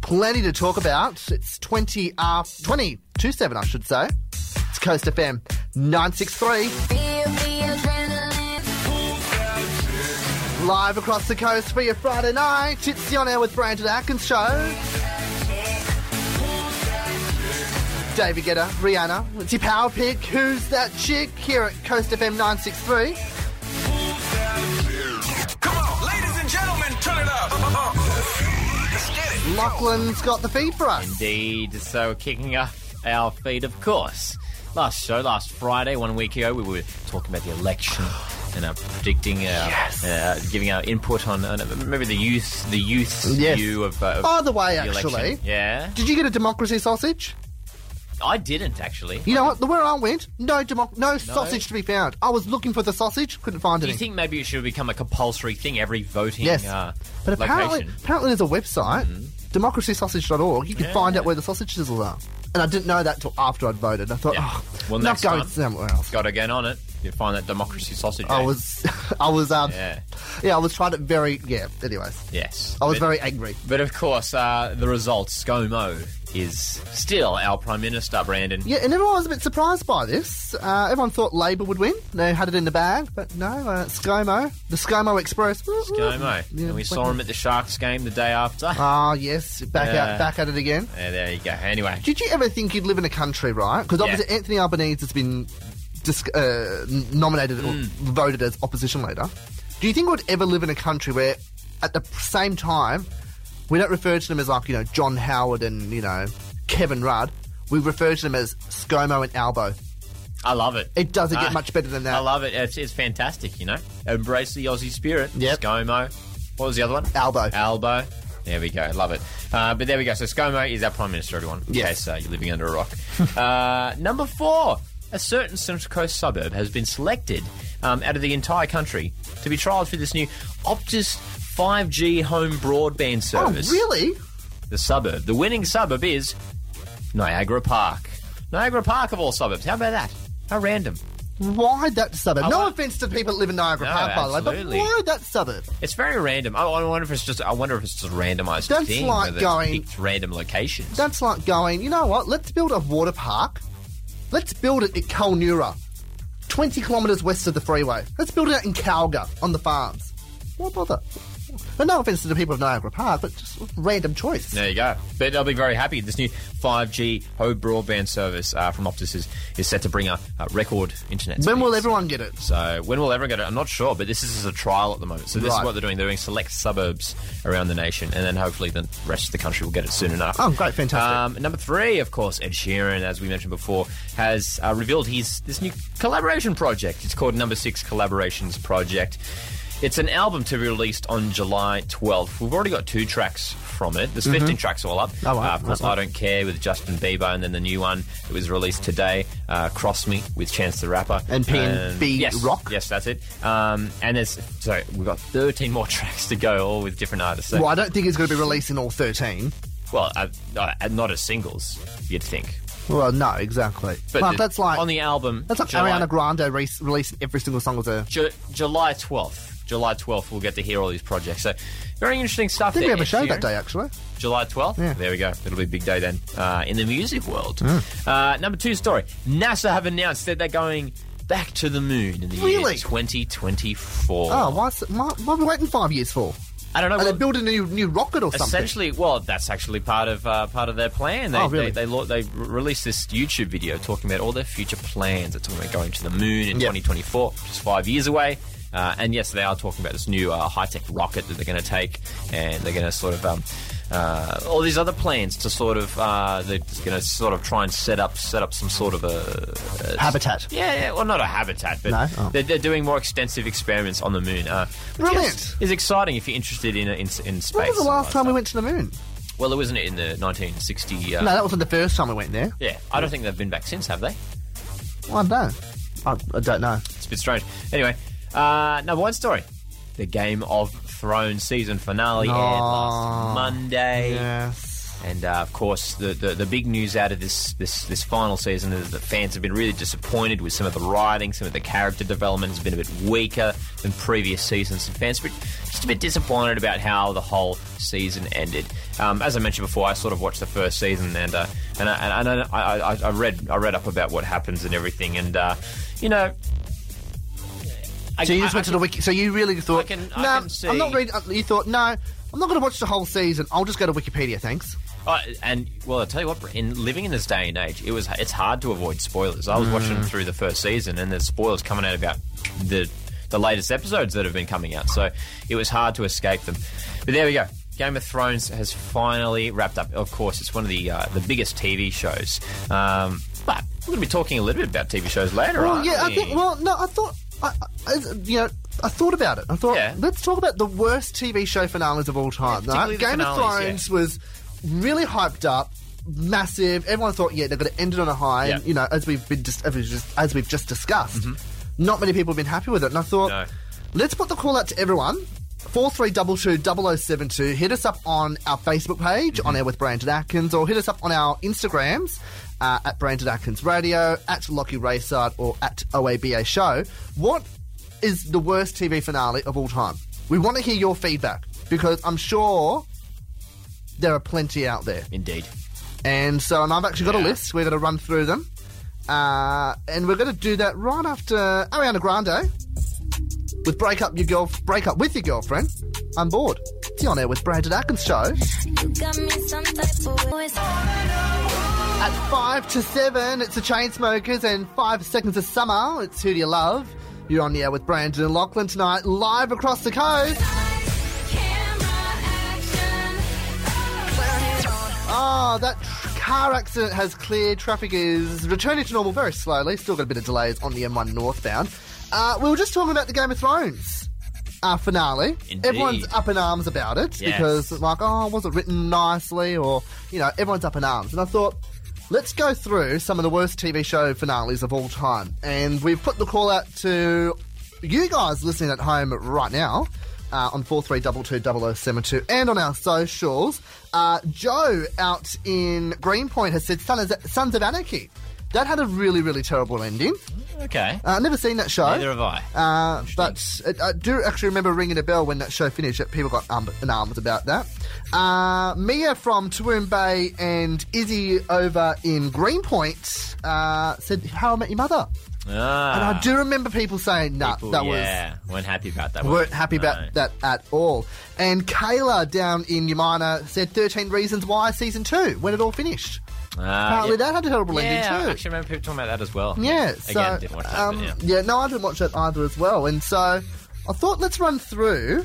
Speaker 5: Plenty to talk about. It's 20 after 20 to 7, I should say. It's Coast FM 963.
Speaker 4: Feel the adrenaline.
Speaker 5: Live across the coast for your Friday night. It's the On Air with Brandon Atkins show. David Guetta, Rihanna. It's your power pick. Who's that chick? Here at Coast FM 963.
Speaker 3: Come on, ladies and gentlemen, turn it up. Let's get it.
Speaker 5: Lachlan's got the feed for us.
Speaker 6: Indeed. So, kicking up our feed, of course. Last show, last Friday, one week ago, we were talking about the election and uh, predicting, uh, uh, giving our input on uh, maybe the youth, the youth's
Speaker 5: Yes.
Speaker 6: view of, uh, of
Speaker 5: By the way,
Speaker 6: the election.
Speaker 5: actually,
Speaker 6: Yeah,
Speaker 5: did you get a democracy sausage?
Speaker 6: I didn't actually.
Speaker 5: You know what? The Where I went, no democ- no sausage to be found. I was looking for the sausage, couldn't find
Speaker 6: Do
Speaker 5: any.
Speaker 6: you think maybe it should become a compulsory thing every voting?
Speaker 5: yes,
Speaker 6: Uh,
Speaker 5: but apparently,
Speaker 6: location? Mm-hmm.
Speaker 5: apparently there's a website, democracysausage.org. You can find
Speaker 6: Yeah.
Speaker 5: out where the sausage sizzles are. And I didn't know that till after I'd voted. I thought,
Speaker 6: Yeah.
Speaker 5: oh,
Speaker 6: Well,
Speaker 5: not
Speaker 6: next
Speaker 5: going
Speaker 6: time.
Speaker 5: somewhere else.
Speaker 6: got to get on it. You find that democracy sausage.
Speaker 5: I
Speaker 6: eh?
Speaker 5: was, I was, um,
Speaker 6: Yeah.
Speaker 5: yeah. I was trying to very, yeah. Anyways,
Speaker 6: Yes,
Speaker 5: I was
Speaker 6: But-
Speaker 5: very angry.
Speaker 6: But of course, uh, the results, ScoMo is still our Prime Minister, Brandon.
Speaker 5: Yeah, and everyone was a bit surprised by this. Uh, everyone thought Labor would win. They had it in the bag, but no, uh, ScoMo, the ScoMo Express.
Speaker 6: ScoMo.
Speaker 5: Yeah,
Speaker 6: eh? and we
Speaker 5: went
Speaker 6: saw him at the Sharks game the day after.
Speaker 5: Ah, yes, back
Speaker 6: Yeah.
Speaker 5: out, back at it again.
Speaker 6: Yeah, there you go. Anyway,
Speaker 5: Did you ever think you'd live in a country, right? Because obviously
Speaker 6: Yeah.
Speaker 5: Anthony Albanese has been disc- uh, n- nominated
Speaker 6: Mm.
Speaker 5: or voted as opposition leader. Do you think we'd ever live in a country where, at the same time, we don't refer to them as like you know John Howard and you know Kevin Rudd? We refer to them as ScoMo and Albo.
Speaker 6: I love it.
Speaker 5: It doesn't get
Speaker 6: Ah,
Speaker 5: much better than that.
Speaker 6: I love it. It's, it's fantastic, you know? Embrace the Aussie spirit.
Speaker 5: Yep.
Speaker 6: ScoMo. What was the other one?
Speaker 5: Albo.
Speaker 6: Albo. There we go. Love it. Uh, but there we go. So ScoMo is our Prime Minister, everyone. In
Speaker 5: Yes.
Speaker 6: case, uh, you're living under a rock. uh, number four. A certain Central Coast suburb has been selected um, out of the entire country to be trialled for this new Optus 5G home broadband
Speaker 5: oh,
Speaker 6: service
Speaker 5: really?
Speaker 6: the suburb. The winning suburb is Niagara Park. Niagara Park of all suburbs. How about that? How random.
Speaker 5: Why that suburb?
Speaker 6: I
Speaker 5: no
Speaker 6: want-
Speaker 5: offense to people that live in Niagara
Speaker 6: No,
Speaker 5: Park, by the way, but
Speaker 6: absolutely.
Speaker 5: why that suburb?
Speaker 6: It's very random. Oh, I, I wonder if it's just. I wonder if it's just a randomized
Speaker 5: That's
Speaker 6: thing.
Speaker 5: like
Speaker 6: whether it's
Speaker 5: going-
Speaker 6: picked random locations.
Speaker 5: That's like going, you know what? Let's build a water park. Let's build it at Colnura, 20 kilometres west of the freeway. Let's build it out in Calga on the farms. Why bother? And no offence to the people of Niagara Park, but just random choice.
Speaker 6: There you go. But they'll be very happy. This new 5G home broadband service uh, from Optus is, is set to bring a, a record internet.
Speaker 5: When will
Speaker 6: speeds.
Speaker 5: everyone get it?
Speaker 6: So when will everyone get it? I'm not sure, but this is a trial at the moment. So this is
Speaker 5: Right.
Speaker 6: what they're doing. They're doing select suburbs around the nation, and then hopefully the rest of the country will get it soon enough.
Speaker 5: Oh, great, fantastic.
Speaker 6: Um, number three, of course, Ed Sheeran, as we mentioned before, has uh, revealed his this new collaboration project. It's called Number Six Collaborations Project. It's an album to be released on July 12th. We've already got two tracks from it. There's 15 tracks all up.
Speaker 5: Oh, wow.
Speaker 6: Uh, of course, I Don't Care with Justin Bieber, and then the new one that was released today, uh, Cross Me with Chance the Rapper.
Speaker 5: And P&B
Speaker 6: yes,
Speaker 5: Rock.
Speaker 6: Yes, that's it. Um, and there's, so we've got 13 more tracks to go, all with different artists. So-
Speaker 5: Well, I don't think it's going to be released in all 13.
Speaker 6: well, uh, uh, not as singles, you'd think.
Speaker 5: Well, no, exactly. But,
Speaker 6: the-
Speaker 5: that's like
Speaker 6: on the album.
Speaker 5: that's like
Speaker 6: July-
Speaker 5: Ariana Grande re- releasing every single song as a.
Speaker 6: Ju- July 12th. July 12th, we'll get to hear all these projects. So, very interesting stuff.
Speaker 5: I think we
Speaker 6: there,
Speaker 5: have a
Speaker 6: Ed
Speaker 5: show that
Speaker 6: Sheeran.
Speaker 5: day, actually.
Speaker 6: July 12th.
Speaker 5: Yeah.
Speaker 6: There we go. It'll be a big day then uh, in the music world.
Speaker 5: Mm.
Speaker 6: Uh, number two story NASA have announced that they're going back to the moon in the year
Speaker 5: Really?
Speaker 6: 2024.
Speaker 5: Oh, why's, why, what are we waiting five years for?
Speaker 6: I don't know.
Speaker 5: Are they
Speaker 6: Oh, Well,
Speaker 5: building a new new rocket or something?
Speaker 6: essentially, well, that's actually part of uh, part of their plan. They,
Speaker 5: Oh, really?
Speaker 6: they, they, lo- they re- released this YouTube video talking about all their future plans. They're talking about going to the moon in
Speaker 5: Yep.
Speaker 6: 2024, which is five years away. Uh, and yes, they are talking about this new uh, high tech rocket that they're going to take, and they're going to sort of um, uh, all these other plans to sort of uh, they're going to sort of try and set up set up some sort of a
Speaker 5: habitat.
Speaker 6: yeah, yeah, well, not a habitat, but
Speaker 5: No? Oh.
Speaker 6: they're, they're doing more extensive experiments on the moon. Uh, which
Speaker 5: Brilliant.
Speaker 6: Is, is exciting if you're interested in in, in space.
Speaker 5: When was the
Speaker 6: and
Speaker 5: last
Speaker 6: all
Speaker 5: time we
Speaker 6: that
Speaker 5: went to the moon?
Speaker 6: stuff. Well, it wasn't it in the 1960. Uh,
Speaker 5: No, that wasn't the first time we went there.
Speaker 6: yeah, I don't think they've been back since, have they?
Speaker 5: I don't know. I, I don't know.
Speaker 6: It's a bit strange. Anyway, uh, number one story: the Game of Thrones season finale aired
Speaker 5: Oh,
Speaker 6: last Monday.
Speaker 5: Yes.
Speaker 6: And uh, of course, the, the the big news out of this this this final season is that fans have been really disappointed with some of the writing, some of the character development has been a bit weaker than previous seasons, and fans were just a bit disappointed about how the whole season ended. Um, as I mentioned before, I sort of watched the first season, and uh, and I, and I, I, I- I read I read up about what happens and everything, and uh, you know. I,
Speaker 5: So you just
Speaker 6: I-
Speaker 5: went to the wiki. So you really thought,
Speaker 6: I can-
Speaker 5: no,
Speaker 6: I can see-
Speaker 5: am not reading. uh, You thought, no, I'm not going to watch the whole season. I'll just go to Wikipedia, thanks.
Speaker 6: Uh, and well, I tell you what, Brett, in living in this day and age, it was it's hard to avoid spoilers. I was
Speaker 5: Mm.
Speaker 6: watching through the first season, and there's spoilers coming out about the the latest episodes that have been coming out, so it was hard to escape them. But there we go. Game of Thrones has finally wrapped up. Of course, it's one of the uh, the biggest TV shows. Um, but we're going to be talking a little bit about TV shows later.
Speaker 5: Well,
Speaker 6: aren't
Speaker 5: yeah, I
Speaker 6: we?
Speaker 5: think. Well, no, I thought. I, I, I- you know, I thought about it. I thought,
Speaker 6: Yeah.
Speaker 5: let's talk about the worst TV show finales of all time.
Speaker 6: Yeah,
Speaker 5: right?
Speaker 6: particularly the
Speaker 5: Game of
Speaker 6: finales,
Speaker 5: Thrones was really hyped up, massive. Everyone thought, yeah, they're going to end it on a high. And,
Speaker 6: Yeah.
Speaker 5: you know, as we've been dis- as, we've just, as we've just discussed,
Speaker 6: Mm-hmm.
Speaker 5: not many people have been happy with it. And I thought,
Speaker 6: No.
Speaker 5: let's put the call out to everyone. oh 4322 Hit us up on our Facebook page, on air with Brandon Atkins, or hit us up on our Instagrams uh, at Brandon Atkins Radio, at Lockie Rayside, or at OABA Show. What is the worst TV finale of all time? We want to hear your feedback because I'm sure there are plenty out there.
Speaker 6: indeed.
Speaker 5: And so, and I've actually got a
Speaker 6: Yeah.
Speaker 5: list. We're going to run through them. Uh, and we're going to do that right after Ariana Grande with Break Up Your Girl, Break Up With Your Girlfriend. I'm bored. It's the On Air with Brandon Atkins show
Speaker 4: You got me some type of voice.
Speaker 5: at 5 to 7. It's the Chainsmokers and 5 Seconds of Summer. It's Who Do You Love? You're on the air with Brandon and Lachlan tonight, live across the coast. Oh, that tr- car accident has cleared. Traffic is returning to normal very slowly. Still got a bit of delays on the M1 northbound. Uh, we were just talking about the Game of Thrones uh, finale.
Speaker 6: Indeed.
Speaker 5: Everyone's up in arms about it
Speaker 6: Yes.
Speaker 5: because, like, oh, was it written nicely? Or, you know, everyone's up in arms. And I thought, let's go through some of the worst TV show finales of all time. And we've put the call out to you guys listening at home right now. Uh, on 43220072 and on our socials. Uh, Joe out in Greenpoint has said Sons of, Sons of Anarchy. That had a really, really terrible ending.
Speaker 6: Okay.
Speaker 5: Uh, I've never seen that show.
Speaker 6: Neither have I.
Speaker 5: Uh, but I, I do actually remember ringing a bell when that show finished. That people got um, in arms about that. Uh, Mia from Toowoomba Bay and Izzy over in Greenpoint uh, said, "How I Met Your Mother."
Speaker 6: Ah,
Speaker 5: And I do remember people saying, "Nah,
Speaker 6: people,
Speaker 5: that
Speaker 6: yeah, weren't happy about that.
Speaker 5: was." Weren't happy about
Speaker 6: No.
Speaker 5: that at all. And Kayla down in Yamina said 13 Reasons Why Season 2 when it all finished.
Speaker 6: Ah,
Speaker 5: Apparently,
Speaker 6: yeah.
Speaker 5: that had a terrible
Speaker 6: yeah,
Speaker 5: ending too.
Speaker 6: I actually remember people talking about that as well.
Speaker 5: Yeah, so
Speaker 6: Again, didn't watch that,
Speaker 5: um,
Speaker 6: but yeah.
Speaker 5: yeah, no, I didn't watch that either as well. And so I thought let's run through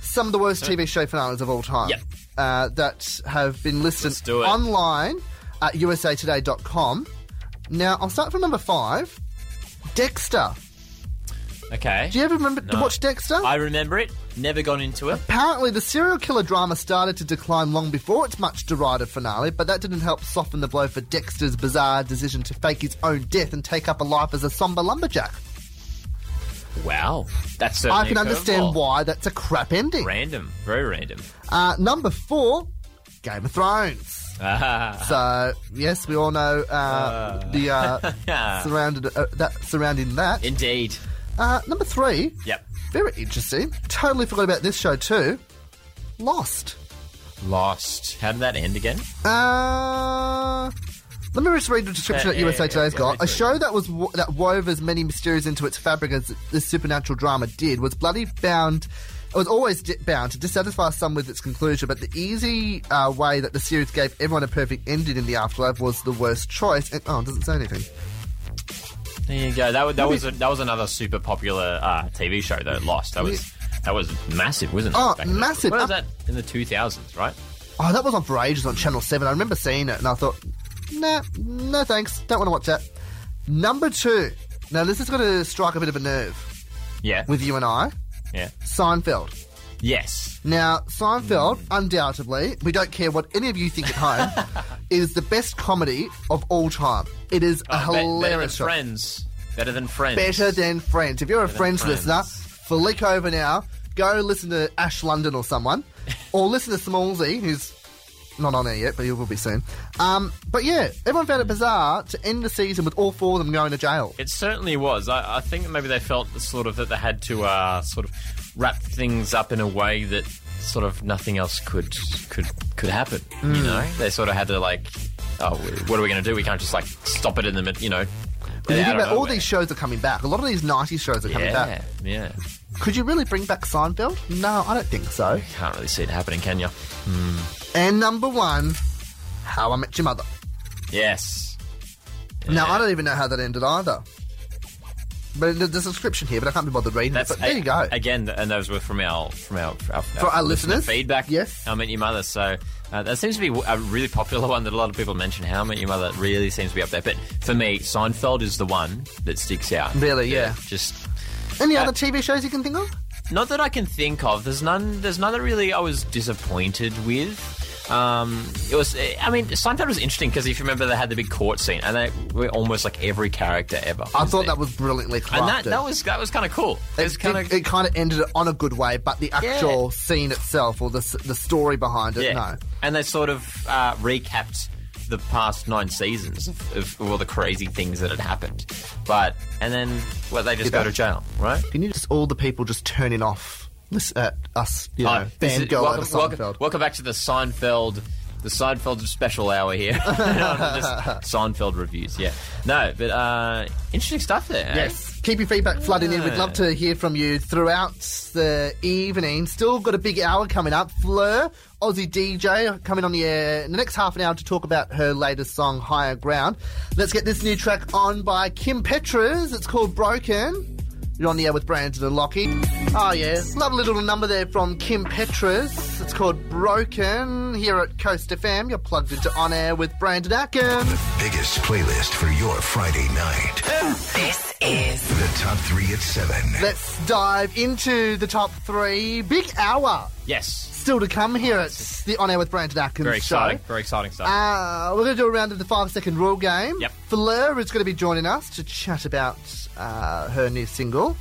Speaker 5: some of the worst TV show finales of all time
Speaker 6: Yep.
Speaker 5: uh, that have been listed
Speaker 6: Let's do it.
Speaker 5: online at usatoday.com. Now I'll start from number five, Dexter.
Speaker 6: Okay.
Speaker 5: Do you ever remember to
Speaker 6: No.
Speaker 5: watch Dexter?
Speaker 6: I remember it. Never got into it.
Speaker 5: Apparently, the serial killer drama started to decline long before its much derided finale, but that didn't help soften the blow for Dexter's bizarre decision to fake his own death and take up a life as a somber lumberjack.
Speaker 6: Wow. That's certainly
Speaker 5: I can
Speaker 6: a
Speaker 5: understand
Speaker 6: curveball.
Speaker 5: why that's a crap ending.
Speaker 6: Random. Very random.
Speaker 5: Uh, number four, Game of Thrones.
Speaker 6: Ah.
Speaker 5: So yes, we all know uh, the uh, surrounded uh, that surrounding that.
Speaker 6: Indeed.
Speaker 5: Uh, number three,
Speaker 6: Yep.
Speaker 5: very interesting. Totally forgot about this show too. Lost.
Speaker 6: Lost. How did that end again?
Speaker 5: Uh, let me just read the description
Speaker 6: Uh,
Speaker 5: that
Speaker 6: yeah,
Speaker 5: USA
Speaker 6: yeah,
Speaker 5: Today's
Speaker 6: yeah,
Speaker 5: got.
Speaker 6: yeah,
Speaker 5: A show that was wo- that wove as many mysteries into its fabric as this supernatural drama did was bloody bound. It was always di- bound to dissatisfy some with its conclusion, but the easy uh, way that the series gave everyone a perfect ending in the afterlife was the worst choice. And, oh, it doesn't say anything.
Speaker 6: There you go. That, wa- that was a, that was another super popular uh, TV show that Lost. That was that was massive, wasn't it?
Speaker 5: Oh,
Speaker 6: Back in the-
Speaker 5: massive.
Speaker 6: What was
Speaker 5: Up-
Speaker 6: that in the two thousands? Right.
Speaker 5: Oh, that was on for ages on Channel 7. I remember seeing it and I thought, nah, no thanks. Don't want to watch that. Number two. Now, this is going to strike a bit of a nerve
Speaker 6: Yeah.
Speaker 5: with you and I.
Speaker 6: yeah.
Speaker 5: Seinfeld.
Speaker 6: Yes.
Speaker 5: Now, Seinfeld,
Speaker 6: Hmm.
Speaker 5: undoubtedly, we don't care what any of you think at home, is the best comedy of all time. It is a
Speaker 6: Oh, be- better than
Speaker 5: hilarious show.
Speaker 6: Friends. Better than Friends.
Speaker 5: Better than Friends. If you're a Friends,
Speaker 6: Friends.
Speaker 5: listener, flick over now, go listen to Ash London or someone, or listen to Smallsy, who's not on there yet, but he will be soon. Um, but yeah, everyone found it bizarre to end the season with all four of them going to jail.
Speaker 6: It certainly was. I, I think maybe they felt sort of that they had to uh, sort of wrap things up in a way that sort of nothing else could could could happen.
Speaker 5: Mm.
Speaker 6: You know, they sort of had to like, oh, what are we going to do? We can't just like stop it in the mid, you know.
Speaker 5: But you
Speaker 6: out
Speaker 5: think
Speaker 6: of
Speaker 5: about all
Speaker 6: nowhere.
Speaker 5: these shows are coming back. A lot of these 90s shows are coming
Speaker 6: Yeah,
Speaker 5: back.
Speaker 6: yeah.
Speaker 5: Could you really bring back Seinfeld? No, I don't think so.
Speaker 6: Can't really see it happening, can you?
Speaker 5: And number one, How I Met Your Mother.
Speaker 6: Yes.
Speaker 5: Now, I don't even know how that ended either. But there's a description here, but I can't be bothered reading
Speaker 6: That's
Speaker 5: it. But there
Speaker 6: a-
Speaker 5: you go.
Speaker 6: Again, th- and those were from our from our, our
Speaker 5: For our listeners,
Speaker 6: feedback.
Speaker 5: yes.
Speaker 6: How I Met Your Mother. So uh, that seems to be a really popular one that a lot of people mention. How I Met Your Mother really seems to be up there. But for me, Seinfeld is the one that sticks out.
Speaker 5: Really, yeah.
Speaker 6: Just
Speaker 5: Any other TV shows you can think of?
Speaker 6: not that I can think of. There's none. There's none that really I was disappointed with. Um, it was. I mean, Seinfeld was interesting because if you remember, they had the big court scene, and they were almost like every character ever.
Speaker 5: I
Speaker 6: wasn't
Speaker 5: thought
Speaker 6: it?
Speaker 5: that was brilliantly crafted.
Speaker 6: And that, that was that was kind of cool. It was
Speaker 5: it,
Speaker 6: kind of
Speaker 5: it, kind of ended it on a good way, but the actual scene itself or the s- the story behind it, no.
Speaker 6: And they sort of uh, recapped the past nine seasons of, of all the crazy things that had happened. But, and then, well, they just
Speaker 5: Did
Speaker 6: go
Speaker 5: they?
Speaker 6: to jail, right?
Speaker 5: Can you just all the people just turning off this uh, us, you
Speaker 6: Uh,
Speaker 5: know,
Speaker 6: this is-
Speaker 5: fangirl over
Speaker 6: welcome,
Speaker 5: Seinfeld?
Speaker 6: welcome, welcome back to the Seinfeld. The Seinfeld special hour here. Just Seinfeld reviews, yeah. No, but uh, interesting stuff there. eh?
Speaker 5: Yes. Keep your feedback flooding in. We'd love to hear from you throughout the evening. Still got a big hour coming up. Fleur, Aussie DJ, coming on the air in the next half an hour to talk about her latest song, Higher Ground. Let's get this new track on by Kim Petras. It's called Broken. You're on the air with Brandon and Lockie. Oh, yeah. Love a little number there from Kim Petras. It's called Broken here at Coast FM. You're plugged into On Air with Brandon Akin.
Speaker 2: Biggest playlist for your Friday night.
Speaker 1: This is
Speaker 2: The top three at seven.
Speaker 5: Let's dive into the top three. Big hour
Speaker 6: Yes.
Speaker 5: still to come here at the On Air with Brandon Atkins
Speaker 6: Very
Speaker 5: show.
Speaker 6: exciting. Very exciting stuff.
Speaker 5: Uh, we're going to do a round of the five second rule game.
Speaker 6: Yep.
Speaker 5: Fleur is going to be joining us to chat about uh, her new single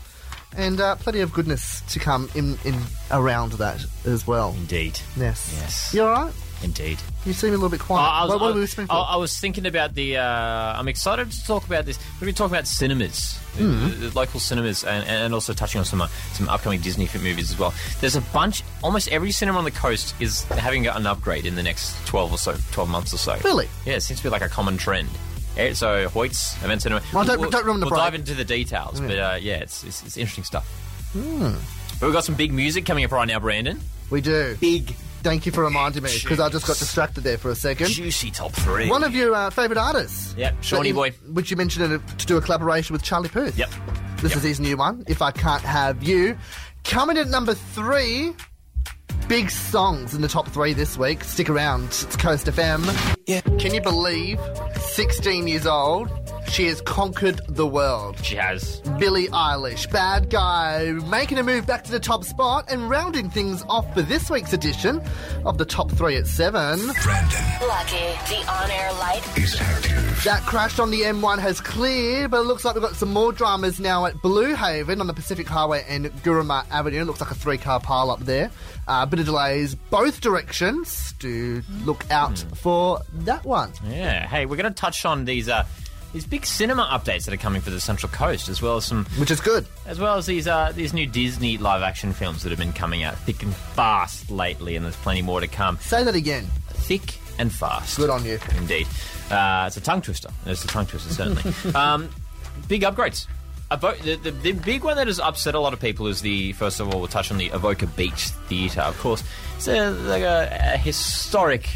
Speaker 5: and uh, plenty of goodness to come in, in around that as well.
Speaker 6: indeed.
Speaker 5: Yes.
Speaker 6: Yes.
Speaker 5: You alright?
Speaker 6: Indeed.
Speaker 5: You seem a little bit quiet.
Speaker 6: I, I was, uh,
Speaker 5: what, what
Speaker 6: I-
Speaker 5: are we whispering for?
Speaker 6: I- I was thinking about the. Uh, I'm excited to talk about this. We've been talking about cinemas,
Speaker 5: Hmm.
Speaker 6: the- the local cinemas, and, and also touching on some uh, some upcoming Disney film movies as well. There's a bunch. Almost every cinema on the coast is having an upgrade in the next 12 or so, 12 months or so.
Speaker 5: Really?
Speaker 6: Yeah, it seems to be like a common trend. Eh, So Hoyts Event Cinema.
Speaker 5: Well, don't- don't ruin the
Speaker 6: we'll
Speaker 5: break.
Speaker 6: dive into the details, but uh, yeah, it's, it's it's interesting stuff.
Speaker 5: Hmm.
Speaker 6: But we've got some big music coming up right now, Brandon.
Speaker 5: we do.
Speaker 6: Big
Speaker 5: Thank you for reminding me because I just got distracted there for a second.
Speaker 6: juicy top three.
Speaker 5: One of your uh, favourite artists.
Speaker 6: Yep, Shawnee
Speaker 5: That-
Speaker 6: boy.
Speaker 5: Which you mentioned in a, to do a collaboration with Charlie Puth.
Speaker 6: Yep.
Speaker 5: This is his new one, If I Can't Have You. Coming at number three, big songs in the top three this week. Stick around, it's Coast FM. Can you believe, 16 years old, She has conquered the world.
Speaker 6: She has.
Speaker 5: Billie Eilish, bad guy, making a move back to the top spot and rounding things off for this week's edition of the top three at seven.
Speaker 2: Brandon
Speaker 7: Lucky, the on air light
Speaker 2: is active.
Speaker 5: That crash on the M1 has cleared, but it looks like we've got some more dramas now at Blue Haven on the Pacific Highway and Guruma Avenue. It looks like a three car pile up there. A bit of delays both directions. Do look out
Speaker 6: Hmm.
Speaker 5: for that one.
Speaker 6: Yeah. Hey, we're going to touch on these uh, these big cinema updates that are coming for the Central Coast, as well as some,
Speaker 5: Which is good.
Speaker 6: as well as these uh, these new Disney live action films that have been coming out thick and fast lately, and there's plenty more to come.
Speaker 5: Say that again.
Speaker 6: Thick and fast.
Speaker 5: Good on you.
Speaker 6: Indeed. Uh, it's a tongue twister. It's a tongue twister, certainly. um, big upgrades. Evo- the, the, the big one that has upset a lot of people is the, first of all, we'll touch on the Evoca Beach Theatre. Of course, it's a, like a, a historic.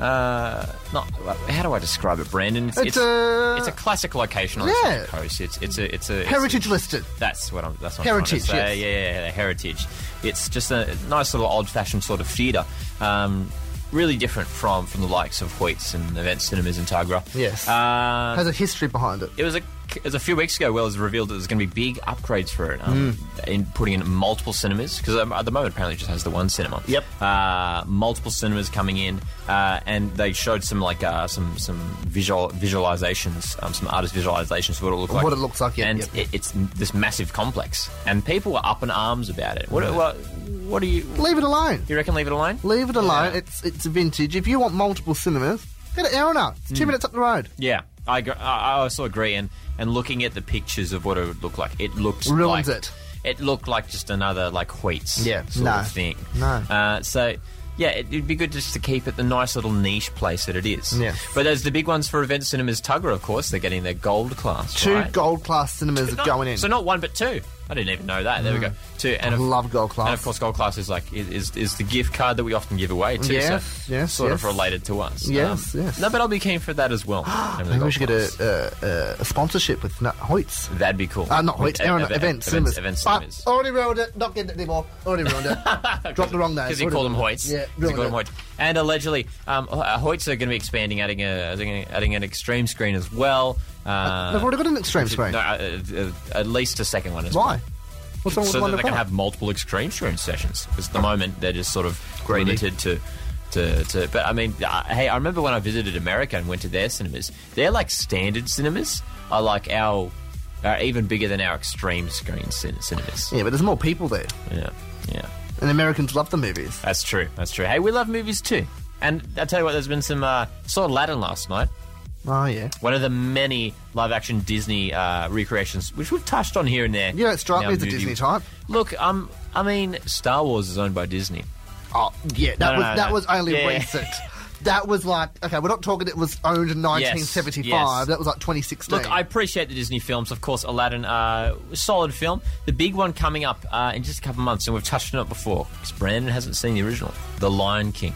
Speaker 6: Uh, not how do I describe it, Brandon?
Speaker 5: It's a-
Speaker 6: it's a classic location on
Speaker 5: Yeah.
Speaker 6: the Central coast. It's it's a it's a it's-
Speaker 5: Heritage listed.
Speaker 6: that's what I'm. That's what
Speaker 5: Heritage,
Speaker 6: I'm trying to say.
Speaker 5: yes.
Speaker 6: Yeah, yeah, yeah, heritage. It's just a nice little old-fashioned sort of theatre. Um, really different from from the likes of Hoyts and event cinemas in Tagra.
Speaker 5: Yes.
Speaker 6: Uh,
Speaker 5: Has a history behind it.
Speaker 6: it was a it was a few weeks ago. Well, it was revealed that there's going to be big upgrades for it, um,
Speaker 5: Hmm.
Speaker 6: in putting in multiple cinemas because um, at the moment apparently it just has the one cinema.
Speaker 5: Yep.
Speaker 6: Uh, multiple cinemas coming in, uh, and they showed some like uh, some some visual visualizations, um, some artist visualizations of what it looked like.
Speaker 5: What it looks like, yeah,
Speaker 6: and
Speaker 5: yep.
Speaker 6: It, it's this massive complex, and people were up in arms about it. What what, what do you
Speaker 5: Leave it alone.
Speaker 6: you reckon? Leave it alone.
Speaker 5: Leave it alone. It's it's vintage. If you want multiple cinemas, get an Erina. It's
Speaker 6: Hmm.
Speaker 5: two minutes up the road.
Speaker 6: Yeah, I, gr- I I also agree. And, and looking at the pictures of what it would look like, it looked
Speaker 5: Ruins
Speaker 6: like,
Speaker 5: it.
Speaker 6: It looked like just another like wheats
Speaker 5: Yeah,
Speaker 6: sort
Speaker 5: no,
Speaker 6: of thing.
Speaker 5: no.
Speaker 6: Uh, so. Yeah, it- it'd be good just to keep it the nice little niche place that it is.
Speaker 5: Yeah.
Speaker 6: But there's the big ones for event cinemas. Tugger, of course, they're getting their gold class.
Speaker 5: Two
Speaker 6: right?
Speaker 5: gold class cinemas are
Speaker 6: Not-
Speaker 5: going in.
Speaker 6: So not one, but two. I didn't even know that. There we go. Two. And
Speaker 5: I
Speaker 6: of-
Speaker 5: love gold class.
Speaker 6: And of course, gold class is like is, is, is the gift card that we often give away too.
Speaker 5: Yes,
Speaker 6: so
Speaker 5: yes,
Speaker 6: Sort of
Speaker 5: yes.
Speaker 6: related to us. Um,
Speaker 5: Yes, yes.
Speaker 6: No, but I'll be keen for that as well. having the
Speaker 5: Maybe we
Speaker 6: gold
Speaker 5: should get
Speaker 6: class.
Speaker 5: a, a, a sponsorship with Nat Hoyts.
Speaker 6: That'd be cool.
Speaker 5: Uh, not Hoyts,
Speaker 6: Ev-
Speaker 5: Aaron,
Speaker 6: ev-
Speaker 5: event
Speaker 6: events-
Speaker 5: cinemas.
Speaker 6: event
Speaker 5: Ah,
Speaker 6: cinemas.
Speaker 5: already ruined it. Not getting it anymore. Already ruined it. Dropped the wrong name.
Speaker 6: Because you call them Hoyts.
Speaker 5: Yeah,
Speaker 6: 'Cause you
Speaker 5: ruined
Speaker 6: call them
Speaker 5: it.
Speaker 6: Hoyts. And allegedly, um, uh, Hoyts are going to be expanding, adding a adding, a- adding an extreme screen as well. Uh,
Speaker 5: They've already got an extreme screen.
Speaker 6: No, uh, uh, at least a second one as well.
Speaker 5: Why? What's wrong with
Speaker 6: so
Speaker 5: one
Speaker 6: that
Speaker 5: of
Speaker 6: they can
Speaker 5: that?
Speaker 6: have multiple extreme stream sessions. Because at the moment they're just sort of
Speaker 5: Really?
Speaker 6: limited to, to, to. But I mean, uh, hey, I remember when I visited America and went to their cinemas. They're like standard cinemas. Are like our, are even bigger than our extreme screen cin- cinemas.
Speaker 5: Yeah, but there's more people there.
Speaker 6: yeah. yeah.
Speaker 5: And Americans love the movies.
Speaker 6: That's true. That's true. Hey, we love movies too. And I tell you what, there's been some. Uh, saw Aladdin last night.
Speaker 5: Oh, yeah.
Speaker 6: One of the many live-action Disney uh, recreations, which we've touched on here and there.
Speaker 5: You don't strike me
Speaker 6: in our
Speaker 5: as a
Speaker 6: movie.
Speaker 5: Disney type.
Speaker 6: Look, um, I mean, Star Wars is owned by Disney.
Speaker 5: Oh, yeah. That,
Speaker 6: No, no,
Speaker 5: was,
Speaker 6: no,
Speaker 5: that
Speaker 6: no.
Speaker 5: was only
Speaker 6: Yeah, yeah.
Speaker 5: recent. That was like, okay, we're not talking it was owned in 1975.
Speaker 6: yes.
Speaker 5: That was like 2016.
Speaker 6: Look, I appreciate the Disney films, of course. Aladdin, uh, solid film. The big one coming up uh, in just a couple of months, and we've touched on it before because Brandon hasn't seen the original, The Lion King.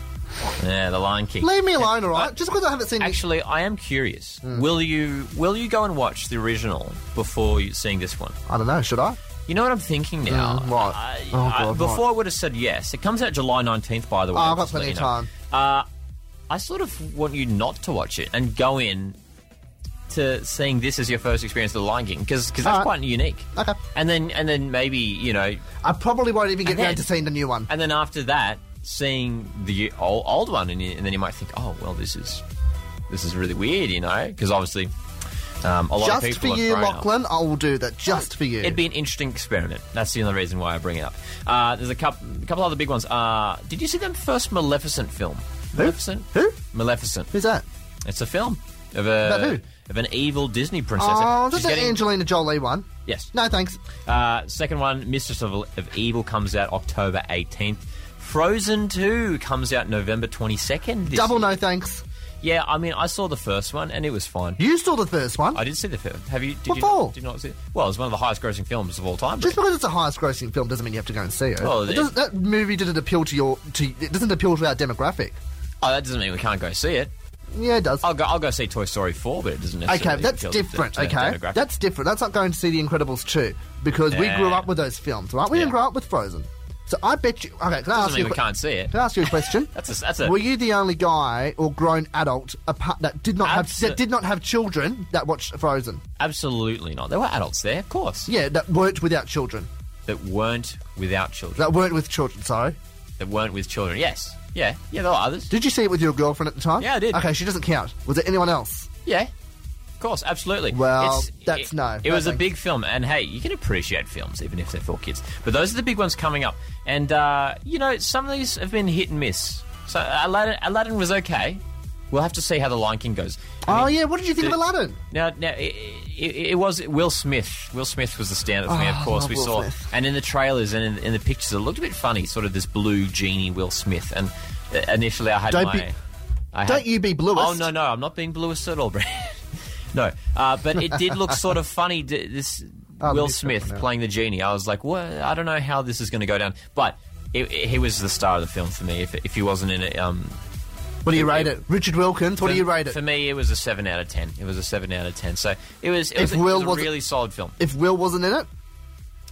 Speaker 6: Yeah, The Lion King.
Speaker 5: Leave me alone, all right? Just because I haven't seen it.
Speaker 6: Actually, I am curious.
Speaker 5: Hmm.
Speaker 6: Will you will you go and watch the original before you, seeing this one?
Speaker 5: I don't know, should I?
Speaker 6: You know what I'm thinking now.
Speaker 5: Mm, what?
Speaker 6: I-
Speaker 5: Oh,
Speaker 6: I-
Speaker 5: God,
Speaker 6: before
Speaker 5: what?
Speaker 6: I would have said yes. It comes out July 19th, by the way.
Speaker 5: Oh, I've got
Speaker 6: just to
Speaker 5: plenty
Speaker 6: let
Speaker 5: of
Speaker 6: you know. Uh, I sort of want you not to watch it and go in to seeing this as your first experience of The Lion King because that's
Speaker 5: Alright.
Speaker 6: quite unique.
Speaker 5: Okay.
Speaker 6: And then and then maybe you know,
Speaker 5: I probably won't even get
Speaker 6: And
Speaker 5: around
Speaker 6: then-
Speaker 5: to seeing the new one.
Speaker 6: and then after that, seeing the old, old one, and, you, and then you might think, oh well, this is this is really weird, you know, because obviously um, a lot of
Speaker 5: Just for
Speaker 6: people have
Speaker 5: you,
Speaker 6: grown up.
Speaker 5: Lachlan, I will do that. Just for you.
Speaker 6: It'd be an interesting experiment. That's the only reason why I bring it up. Uh, there's a couple, a couple other big ones. Uh, did you see them first Maleficent film? Maleficent.
Speaker 5: Who?
Speaker 6: Maleficent.
Speaker 5: Who's that?
Speaker 6: It's a film of
Speaker 5: About who?
Speaker 6: a of an evil Disney princess.
Speaker 5: Oh,
Speaker 6: She's
Speaker 5: that's the
Speaker 6: getting-
Speaker 5: Angelina Jolie one.
Speaker 6: Yes.
Speaker 5: No, thanks.
Speaker 6: Uh, second one, Mistress of, of Evil, comes out October 18th. Frozen 2 comes out November 22nd. this
Speaker 5: Double
Speaker 6: year.
Speaker 5: no thanks.
Speaker 6: Yeah, I mean, I saw the first one and it was fine.
Speaker 5: You saw the first one.
Speaker 6: I did see the film. Have you? Did
Speaker 5: What
Speaker 6: you
Speaker 5: for?
Speaker 6: Not, did you not see it? Well, it's one of the highest grossing films of all time.
Speaker 5: Just because it's the highest grossing film doesn't mean you have to go and see it.
Speaker 6: Well,
Speaker 5: It
Speaker 6: it-
Speaker 5: doesn't- that movie didn't appeal to your. To, it doesn't appeal to our demographic.
Speaker 6: oh, that doesn't mean we can't go see it.
Speaker 5: Yeah, it does.
Speaker 6: I'll go. I'll go see Toy Story four, but it doesn't necessarily.
Speaker 5: Okay, that's
Speaker 6: appeal to the-
Speaker 5: different.
Speaker 6: to the
Speaker 5: Okay,
Speaker 6: demographic.
Speaker 5: that's different. That's not going to see The Incredibles 2 because we grew
Speaker 6: Yeah.
Speaker 5: up with those films, right? We didn't
Speaker 6: Yeah.
Speaker 5: grow up with Frozen. So I bet you. Okay, can I
Speaker 6: Doesn't
Speaker 5: ask you?
Speaker 6: mean
Speaker 5: a
Speaker 6: we
Speaker 5: que-
Speaker 6: can't see it.
Speaker 5: Can I ask you a question?
Speaker 6: That's a, that's a.
Speaker 5: Were you the only guy or grown adult apart, that did not have
Speaker 6: Abso-
Speaker 5: that did not have children that watched Frozen?
Speaker 6: absolutely not. There were adults there, of course,
Speaker 5: Yeah, that weren't without children.
Speaker 6: that weren't without children.
Speaker 5: That weren't with children. Sorry.
Speaker 6: That weren't with children. Yes. Yeah. Yeah. There were others.
Speaker 5: Did you see it with your girlfriend at the time?
Speaker 6: Yeah, I did.
Speaker 5: Okay, she doesn't count. Was it anyone else?
Speaker 6: Yeah. Of course. Absolutely.
Speaker 5: Well, that's
Speaker 6: it,
Speaker 5: no,
Speaker 6: It
Speaker 5: no
Speaker 6: was a
Speaker 5: thanks.
Speaker 6: big film, and hey, you can appreciate films even if they're for kids. But those are the big ones coming up, and uh, you know some of these have been hit and miss. So Aladdin, Aladdin was okay. We'll have to see how the Lion King goes. I
Speaker 5: oh
Speaker 6: mean,
Speaker 5: yeah, what did you think
Speaker 6: the-
Speaker 5: of Aladdin?
Speaker 6: Now, now it, it, it was Will Smith. Will Smith was the standout for me, of
Speaker 5: Oh, I
Speaker 6: course.
Speaker 5: love
Speaker 6: We
Speaker 5: Will
Speaker 6: saw,
Speaker 5: Smith.
Speaker 6: and in the trailers and in, in the pictures, it looked a bit funny. Sort of this blue genie, Will Smith. And uh, initially, I had
Speaker 5: Don't
Speaker 6: my.
Speaker 5: be-
Speaker 6: I
Speaker 5: don't you be bluest.
Speaker 6: Oh no, no, I'm not being bluest at all, Brad. no, uh, but it did look sort of funny. d- This
Speaker 5: Oh,
Speaker 6: Will
Speaker 5: let me check
Speaker 6: Smith
Speaker 5: one out.
Speaker 6: playing the genie. I was like, well, I don't know how this is going to go down, but. it- it- he was the star of the film for me. If, if he wasn't in it, um,
Speaker 5: What do you
Speaker 6: it-
Speaker 5: rate
Speaker 6: it-
Speaker 5: it? Richard Wilkins. What
Speaker 6: for,
Speaker 5: do you rate it?
Speaker 6: For me, it was a seven out of ten. It was a seven out of ten. So it was it
Speaker 5: If
Speaker 6: was, a- it
Speaker 5: Will
Speaker 6: was a
Speaker 5: wasn't-
Speaker 6: really solid film.
Speaker 5: If Will wasn't in it,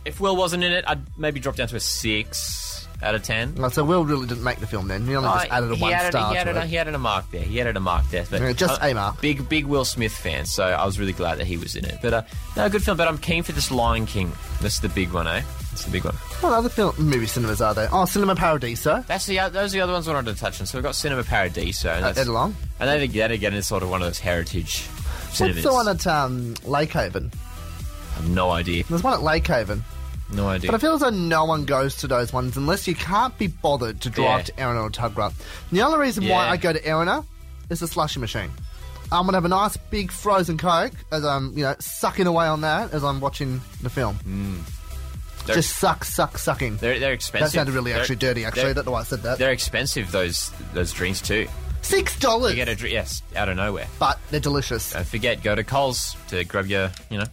Speaker 6: If Will wasn't in it, I'd maybe drop down to a six out of ten.
Speaker 5: no, Oh, so Will really didn't make the film. Then he only just
Speaker 6: Uh,
Speaker 5: added a
Speaker 6: he
Speaker 5: one
Speaker 6: added,
Speaker 5: star
Speaker 6: he, added
Speaker 5: to
Speaker 6: a,
Speaker 5: it.
Speaker 6: he added a mark there. He added a mark there. But,
Speaker 5: Yeah, just
Speaker 6: uh,
Speaker 5: a mark.
Speaker 6: Big, big Will Smith fan, so I was really glad that he was in it. But uh, no, good film. But I'm keen for this Lion King. That's the big one, eh? That's the big one.
Speaker 5: What other film movie cinemas are there? Oh, Cinema Paradiso.
Speaker 6: That's the o- those are the other ones I wanted to touch on. So we've got Cinema Paradiso. And that's,
Speaker 5: Ed Long.
Speaker 6: And that again, again is sort of one of those heritage cinemas.
Speaker 5: What's the one at um, Lakehaven?
Speaker 6: I've no idea.
Speaker 5: There's one at Lakehaven.
Speaker 6: No idea.
Speaker 5: But I feel as though no one goes to those ones unless you can't be bothered to drive
Speaker 6: Yeah.
Speaker 5: to Erina or Tugra. The only reason why
Speaker 6: Yeah.
Speaker 5: I go to Erina is the slushy machine. I'm gonna have a nice big frozen coke as I'm, you know, sucking away on that as I'm watching the film.
Speaker 6: They're-
Speaker 5: Just suck, suck, sucking.
Speaker 6: They're, they're expensive.
Speaker 5: That sounded really
Speaker 6: They're-
Speaker 5: actually dirty. Actually, I
Speaker 6: they're,
Speaker 5: don't know why I said that.
Speaker 6: they're expensive. Those those drinks too.
Speaker 5: Six dollars,
Speaker 6: You get a drink, yes, out of nowhere.
Speaker 5: but they're delicious.
Speaker 6: Don't forget, go to Coles to grab your, you know,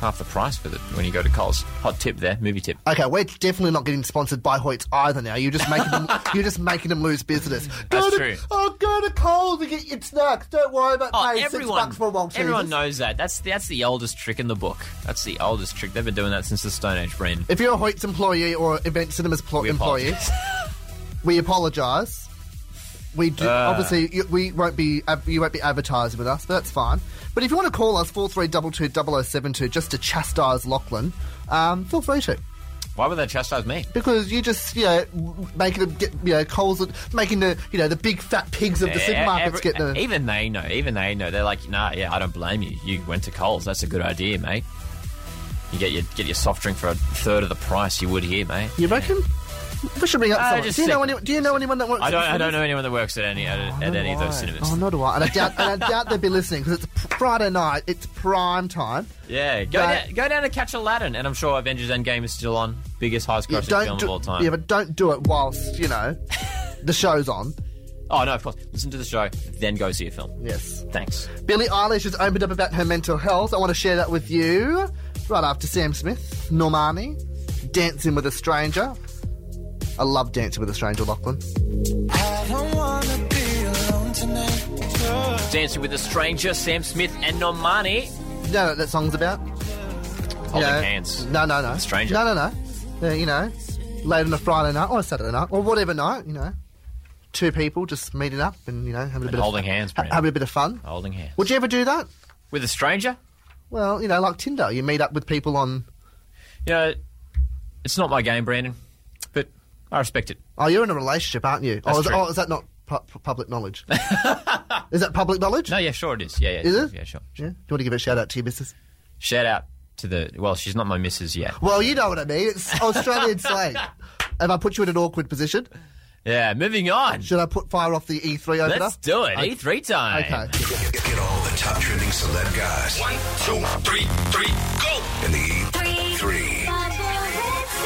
Speaker 6: half the price for the when you go to Coles. Hot tip there, movie tip.
Speaker 5: Okay, we're definitely not getting sponsored by Hoyts either. Now you're just making them, you're just making them lose business. Go
Speaker 6: That's
Speaker 5: to,
Speaker 6: true. Oh,
Speaker 5: Oh, go to Coles to get your snacks. Don't worry about paying six bucks for a Maltesers.
Speaker 6: everyone knows that. That's that's the oldest trick in the book. That's the oldest trick. They've been doing that since the Stone Age, Brand.
Speaker 5: If you're a Hoyts employee or Event Cinemas pl-
Speaker 6: We
Speaker 5: employee,
Speaker 6: apologise.
Speaker 5: we apologise. We do,
Speaker 6: Ah.
Speaker 5: obviously you, we won't be ad- you won't be advertising with us, but that's fine. But if you want to call us four three double two double zero seven two just to chastise Lachlan, um, feel free to.
Speaker 6: Why would they chastise me?
Speaker 5: Because you just, you know, making them get, you know, coals, making the, you know, the big fat pigs of the
Speaker 6: Eh,
Speaker 5: supermarkets
Speaker 6: every-
Speaker 5: get the.
Speaker 6: Even they know. Even they know. They're like, nah, yeah, I don't blame you. You went to Coles. That's a good idea, mate. You get your get your soft drink for a third of the price you would here, mate.
Speaker 5: You reckon? We should bring up
Speaker 6: Ah,
Speaker 5: someone.
Speaker 6: just
Speaker 5: Do you know
Speaker 6: sick.
Speaker 5: any, Do you know anyone that works?
Speaker 6: I don't.
Speaker 5: at
Speaker 6: I don't know
Speaker 5: cinemas?
Speaker 6: anyone that works at any at, at any of those cinemas.
Speaker 5: Oh, nor do I. And I doubt, and I doubt they'd be listening because it's pr- Friday night. It's prime time.
Speaker 6: Yeah, go
Speaker 5: But-
Speaker 6: down, go down and catch Aladdin, and I'm sure Avengers Endgame is still on. Biggest, highest
Speaker 5: Yeah,
Speaker 6: grossing
Speaker 5: don't
Speaker 6: film
Speaker 5: do,
Speaker 6: of all time.
Speaker 5: yeah, but don't do it whilst you know the show's on.
Speaker 6: oh no, of course. Listen to the show, then go see a film.
Speaker 5: Yes.
Speaker 6: Thanks.
Speaker 5: Billie Eilish has opened up about her mental health. I want to share that with you right after Sam Smith, Normani, Dancing with a Stranger. I love Dancing with a Stranger, Lachlan.
Speaker 6: Dancing with a Stranger, Sam Smith and Normani.
Speaker 5: You know what that song's about?
Speaker 6: Holding
Speaker 5: know,
Speaker 6: hands.
Speaker 5: No, no, no.
Speaker 6: Stranger.
Speaker 5: No, no, no. Uh, you know, late on a Friday night or a Saturday night or whatever night, you know. Two people just meeting up and, you know, having a bit
Speaker 6: holding
Speaker 5: of
Speaker 6: hands,
Speaker 5: ha-
Speaker 6: Brandon.
Speaker 5: having a bit of fun.
Speaker 6: Holding hands.
Speaker 5: Would you ever do that?
Speaker 6: With a stranger?
Speaker 5: Well, you know, like Tinder. You meet up with people on.
Speaker 6: You know, it's not my game, Brandon, but I respect it.
Speaker 5: Oh, you're in a relationship, aren't you?
Speaker 6: That's
Speaker 5: oh, is,
Speaker 6: true.
Speaker 5: oh, is that not pu- pu- public knowledge? is that public knowledge?
Speaker 6: No, yeah, sure it is. Yeah, yeah.
Speaker 5: Is
Speaker 6: sure.
Speaker 5: it?
Speaker 6: Yeah, sure.
Speaker 5: Yeah. Do you want to give a shout out to your missus?
Speaker 6: Shout out to the. Well, she's not my missus yet.
Speaker 5: Well, you know what I mean. It's Australian slang. Have I put you in an awkward position?
Speaker 6: Yeah, moving on.
Speaker 5: Should I put fire off the E E3 opener?
Speaker 6: Let's do it. E3 time.
Speaker 5: Okay.
Speaker 2: Get, get all the top trending celeb guys. One, two, three, three, go! In the E
Speaker 4: Three,
Speaker 2: E3.
Speaker 4: five, four, six,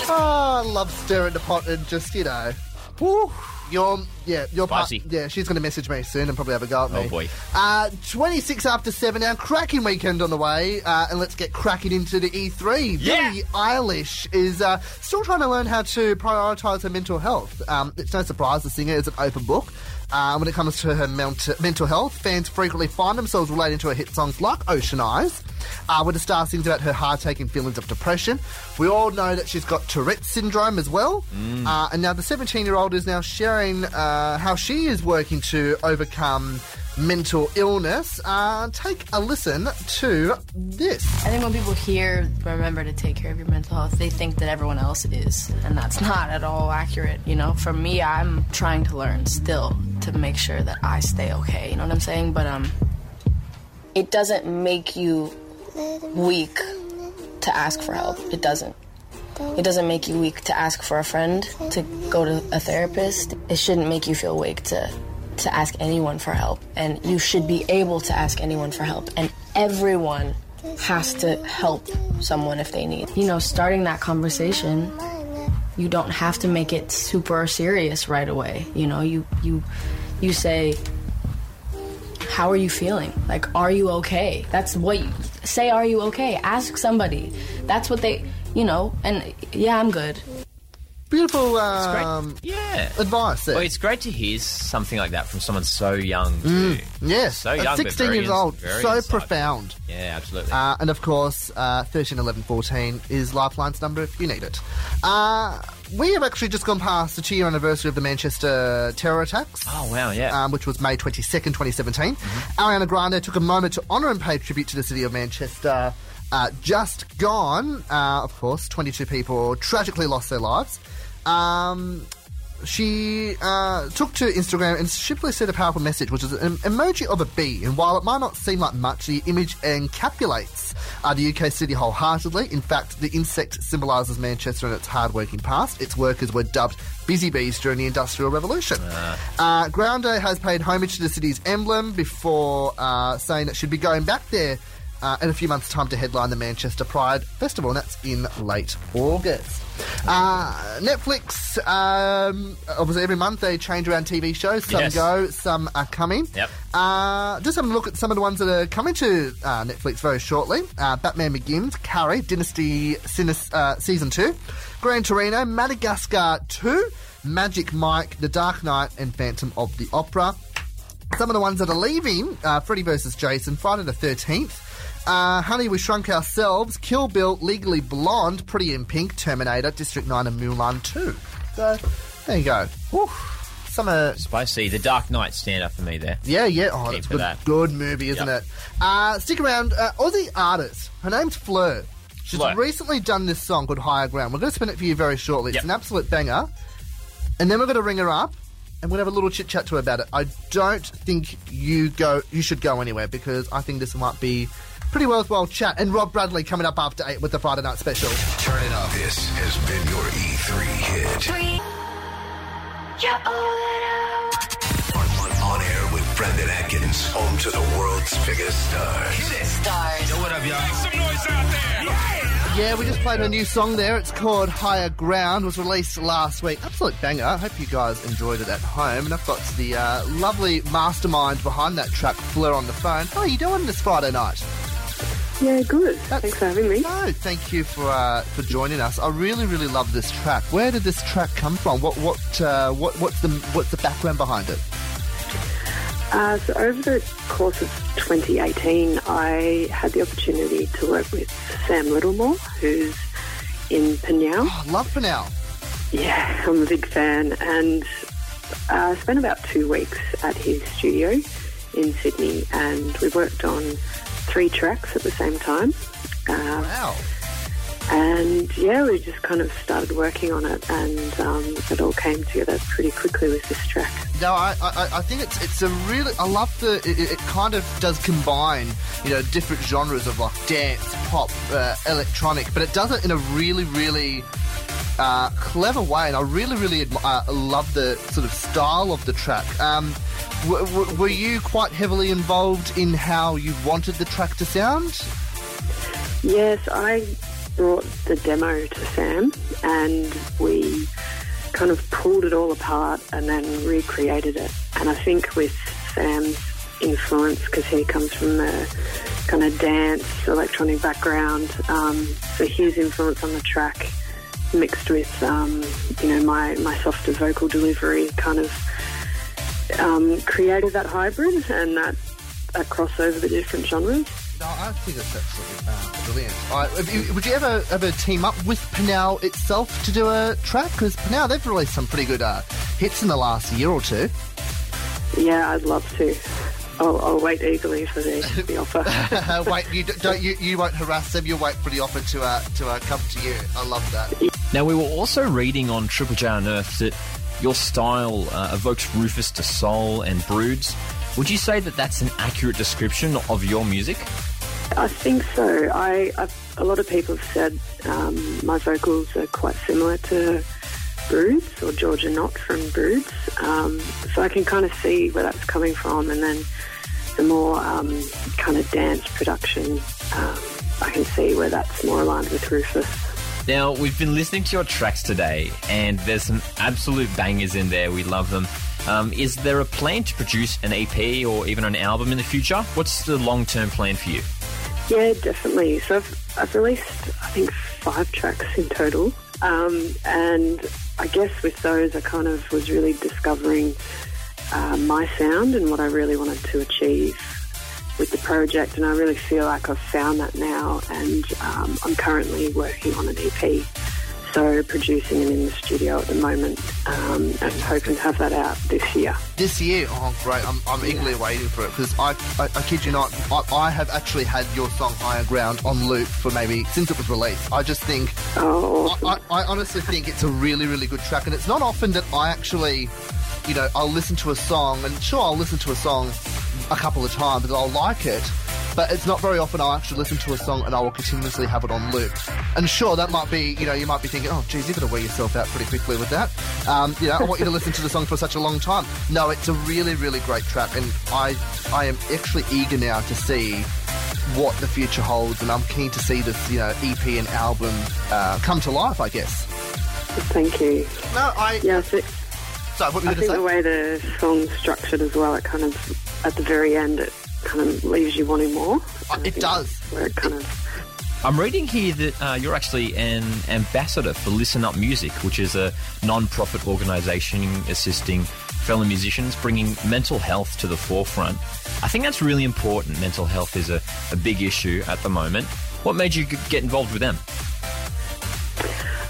Speaker 4: six.
Speaker 5: Ah, Oh, I love stirring the pot and just, you know, Woo. Your yeah, your part,
Speaker 6: Spicy.
Speaker 5: yeah, she's going to message me soon and probably have a go at me.
Speaker 6: Oh, boy.
Speaker 5: Uh, twenty six after seven, our cracking weekend on the way, uh, and let's get cracking into the E three.
Speaker 6: Yeah.
Speaker 5: Billie Eilish is uh, still trying to learn how to prioritise her mental health. Um, it's no surprise the singer is an open book. Uh, when it comes to her melt- mental health, fans frequently find themselves relating to her hit songs like Ocean Eyes, uh, where the star sings about her hard taking feelings of depression. We all know that she's got Tourette's syndrome as well. Uh, and now the 17 year old is now sharing uh, how she is working to overcome mental illness. Uh, take a listen to this.
Speaker 8: I think when people hear remember to take care of your mental health, they think that everyone else is, and that's not at all accurate. You know, for me, I'm trying to learn still to make sure that I stay okay. You know what I'm saying? But um, it doesn't make you weak to ask for help. It doesn't. It doesn't make you weak to ask for a friend, to go to a therapist. It shouldn't make you feel weak to to ask anyone for help. And you should be able to ask anyone for help. And everyone has to help someone if they need. You know, starting that conversation, you don't have to make it super serious right away. You know, you you you say how are you feeling? Like, are you okay? That's what you say, are you okay? Ask somebody. That's what they, you know, and yeah, I'm good.
Speaker 5: Beautiful
Speaker 6: Great.
Speaker 5: um,
Speaker 6: yeah.
Speaker 5: advice there.
Speaker 6: Well, it's great to hear something like that from someone so young. Too.
Speaker 5: Mm. Yes,
Speaker 6: So
Speaker 5: at
Speaker 6: young, but
Speaker 5: 16
Speaker 6: very
Speaker 5: years
Speaker 6: ins-
Speaker 5: old,
Speaker 6: very
Speaker 5: so
Speaker 6: insightful.
Speaker 5: profound.
Speaker 6: Yeah, absolutely.
Speaker 5: Uh, and of course, uh, 13, 11, 14 is Lifeline's number if you need it. Uh, we have actually just gone past the two year anniversary of the Manchester terror attacks.
Speaker 6: oh wow, yeah.
Speaker 5: Um, which was May 22nd, 2017.
Speaker 6: Mm-hmm.
Speaker 5: Ariana Grande took a moment to honour and pay tribute to the city of Manchester. Uh, just gone, uh, of course, 22 people tragically lost their lives. Um, she uh, took to Instagram and simply sent a powerful message, which is an emoji of a bee. And while it might not seem like much, the image encapsulates uh, the UK city wholeheartedly. In fact, the insect symbolises Manchester and its hard-working past. Its workers were dubbed busy bees during the Industrial Revolution. Uh, Ground Day has paid homage to the city's emblem before uh, saying it should be going back there uh, in a few months' time to headline the Manchester Pride Festival, and that's in late August. Uh, Netflix, um, obviously, every month they change around TV shows. Some
Speaker 6: Yes.
Speaker 5: go, some are coming.
Speaker 6: Yep.
Speaker 5: Uh, just have a look at some of the ones that are coming to uh, Netflix very shortly. Uh, Batman Begins, Carrie, Dynasty Sinis, uh, Season 2, Gran Torino, Madagascar 2, Magic Mike, The Dark Knight, and Phantom of the Opera. Some of the ones that are leaving uh, Freddy vs. Jason, Friday the 13th. Uh, Honey, We Shrunk Ourselves, Kill Bill, Legally Blonde, Pretty in Pink, Terminator, District 9, and Mulan 2. So, there you go. Whew. Summer
Speaker 6: Spicy. The Dark Knight stand up for me there.
Speaker 5: yeah, yeah. Oh,
Speaker 6: Keen
Speaker 5: that's
Speaker 6: for
Speaker 5: good,
Speaker 6: that.
Speaker 5: good movie, isn't
Speaker 6: Yep.
Speaker 5: it? Uh, stick around. Uh, Aussie artist. Her name's Fleur. She's
Speaker 6: Fleur.
Speaker 5: recently done this song called Higher Ground. We're going to spin it for you very shortly.
Speaker 6: Yep.
Speaker 5: It's an absolute banger. And then we're going to ring her up and we're going to have a little chit chat to her about it. I don't think you go. You should go anywhere because I think this might be pretty worthwhile chat. And Rob Bradley coming up after eight with the Friday night special.
Speaker 2: Turn it up. This has been your E3 hit. On, on air with Brendan Atkins, home to the world's biggest stars.
Speaker 7: Stars.
Speaker 3: What up, y'all? Make some noise out there.
Speaker 5: Yeah, we just played her new song there. It's called Higher Ground. was released last week. Absolute banger. I hope you guys enjoyed it at home. And I've got the uh, lovely mastermind behind that track, Fleur, on the phone. How are you doing this Friday night?
Speaker 9: Yeah, good.
Speaker 5: That's-
Speaker 9: Thanks for having me.
Speaker 5: No, thank you for uh, for joining us. I really, really love this track. Where did this track come from? What what uh, what what's the what's the background behind it?
Speaker 9: Uh, so over the course of 2018, I had the opportunity to work with Sam Littlemore, who's in Pinyao.
Speaker 5: I Oh, love for now.
Speaker 9: Yeah, I'm a big fan, and uh, spent about two weeks at his studio in Sydney, and we worked on three tracks at the same time. Uh,
Speaker 5: Wow.
Speaker 9: And yeah, we just kind of started working on it, and um, it all came together pretty quickly with this track.
Speaker 5: No, I, I, I think it's it's a really I love the it, it- it kind of does combine you know different genres of like dance, pop, uh, electronic, but it does it in a really really uh, clever way, and I really really admi- uh, love the sort of style of the track. Um, w- w- were you quite heavily involved in how you wanted the track to sound?
Speaker 9: Yes, I brought the demo to Sam, and we kind of pulled it all apart and then recreated it. And I think with Sam's influence, because he comes from the kind of dance, electronic background, um, so his influence on the track mixed with, um, you know, my, my softer vocal delivery kind of um, created that hybrid and that, that crossover the different genres.
Speaker 5: No, I think it's absolutely uh, brilliant. I, if you- would you ever ever team up with Pinal itself to do a track? Because Pinal, they've released some pretty good uh, hits in the last year or two.
Speaker 9: Yeah, I'd love to. I'll, I'll wait eagerly for the, the offer.
Speaker 5: Uh, wait, you d- don't you, you won't harass them. You'll wait for the offer to uh, to uh, come to you. I love that.
Speaker 6: Now, we were also reading on Triple J Unearthed that your style uh, evokes Rufus to Soul and Broods. Would you say that that's an accurate description of your music?
Speaker 9: I think so. I I've, a lot of people have said um, my vocals are quite similar to Broods or Georgia Knott from Broods, um, so I can kind of see where that's coming from, and then the more um, kind of dance production, um, I can see where that's more aligned with Rufus.
Speaker 6: Now, we've been listening to your tracks today, and there's some absolute bangers in there. We love them. Um, is there a plan to produce an EP or even an album in the future? What's the long term plan for you?
Speaker 9: Yeah, definitely. So I've, I've released, I think, five tracks in total. Um, and I guess with those, I kind of was really discovering uh, my sound and what I really wanted to achieve with the project. And I really feel like I've found that now. And um, I'm currently working on an EP. So producing it in the studio at the moment um, and hoping to have that out this year.
Speaker 5: This year, oh great! I'm, I'm eagerly waiting for it because I, I, I kid you not, I, I have actually had your song "Higher Ground" on loop for maybe since it was released. I just think
Speaker 9: Oh, awesome.
Speaker 5: I, I honestly think it's a really, really good track, and it's not often that I actually, you know, I'll listen to a song, and sure, I'll listen to a song a couple of times, and I'll like it, but it's not very often I'll actually listen to a song and I will continuously have it on loop. And sure, that might be, you know, you might be thinking, oh, geez, you're going to wear yourself out pretty quickly with that. Um, you know, I want you to listen to the song for such a long time. No, it's a really, really great track, and I, I am actually eager now to see what the future holds, and I'm keen to see this, you know, EP and album uh, come to life. I guess.
Speaker 9: thank you.
Speaker 5: No, I.
Speaker 9: Yeah, I thi-
Speaker 5: Sorry, what were
Speaker 9: I
Speaker 5: you going
Speaker 9: think
Speaker 5: to
Speaker 9: the
Speaker 5: say?
Speaker 9: way the song's structured as well, it kind of at the very end, it kind of leaves you wanting more.
Speaker 5: Uh,
Speaker 9: And I
Speaker 5: it
Speaker 9: think
Speaker 5: does.
Speaker 9: that's Where it kind of
Speaker 6: I'm reading here that uh, you're actually an ambassador for Listen Up Music, which is a non profit organisation assisting fellow musicians, bringing mental health to the forefront. I think that's really important. Mental health is a, a big issue at the moment. What made you g- get involved with them?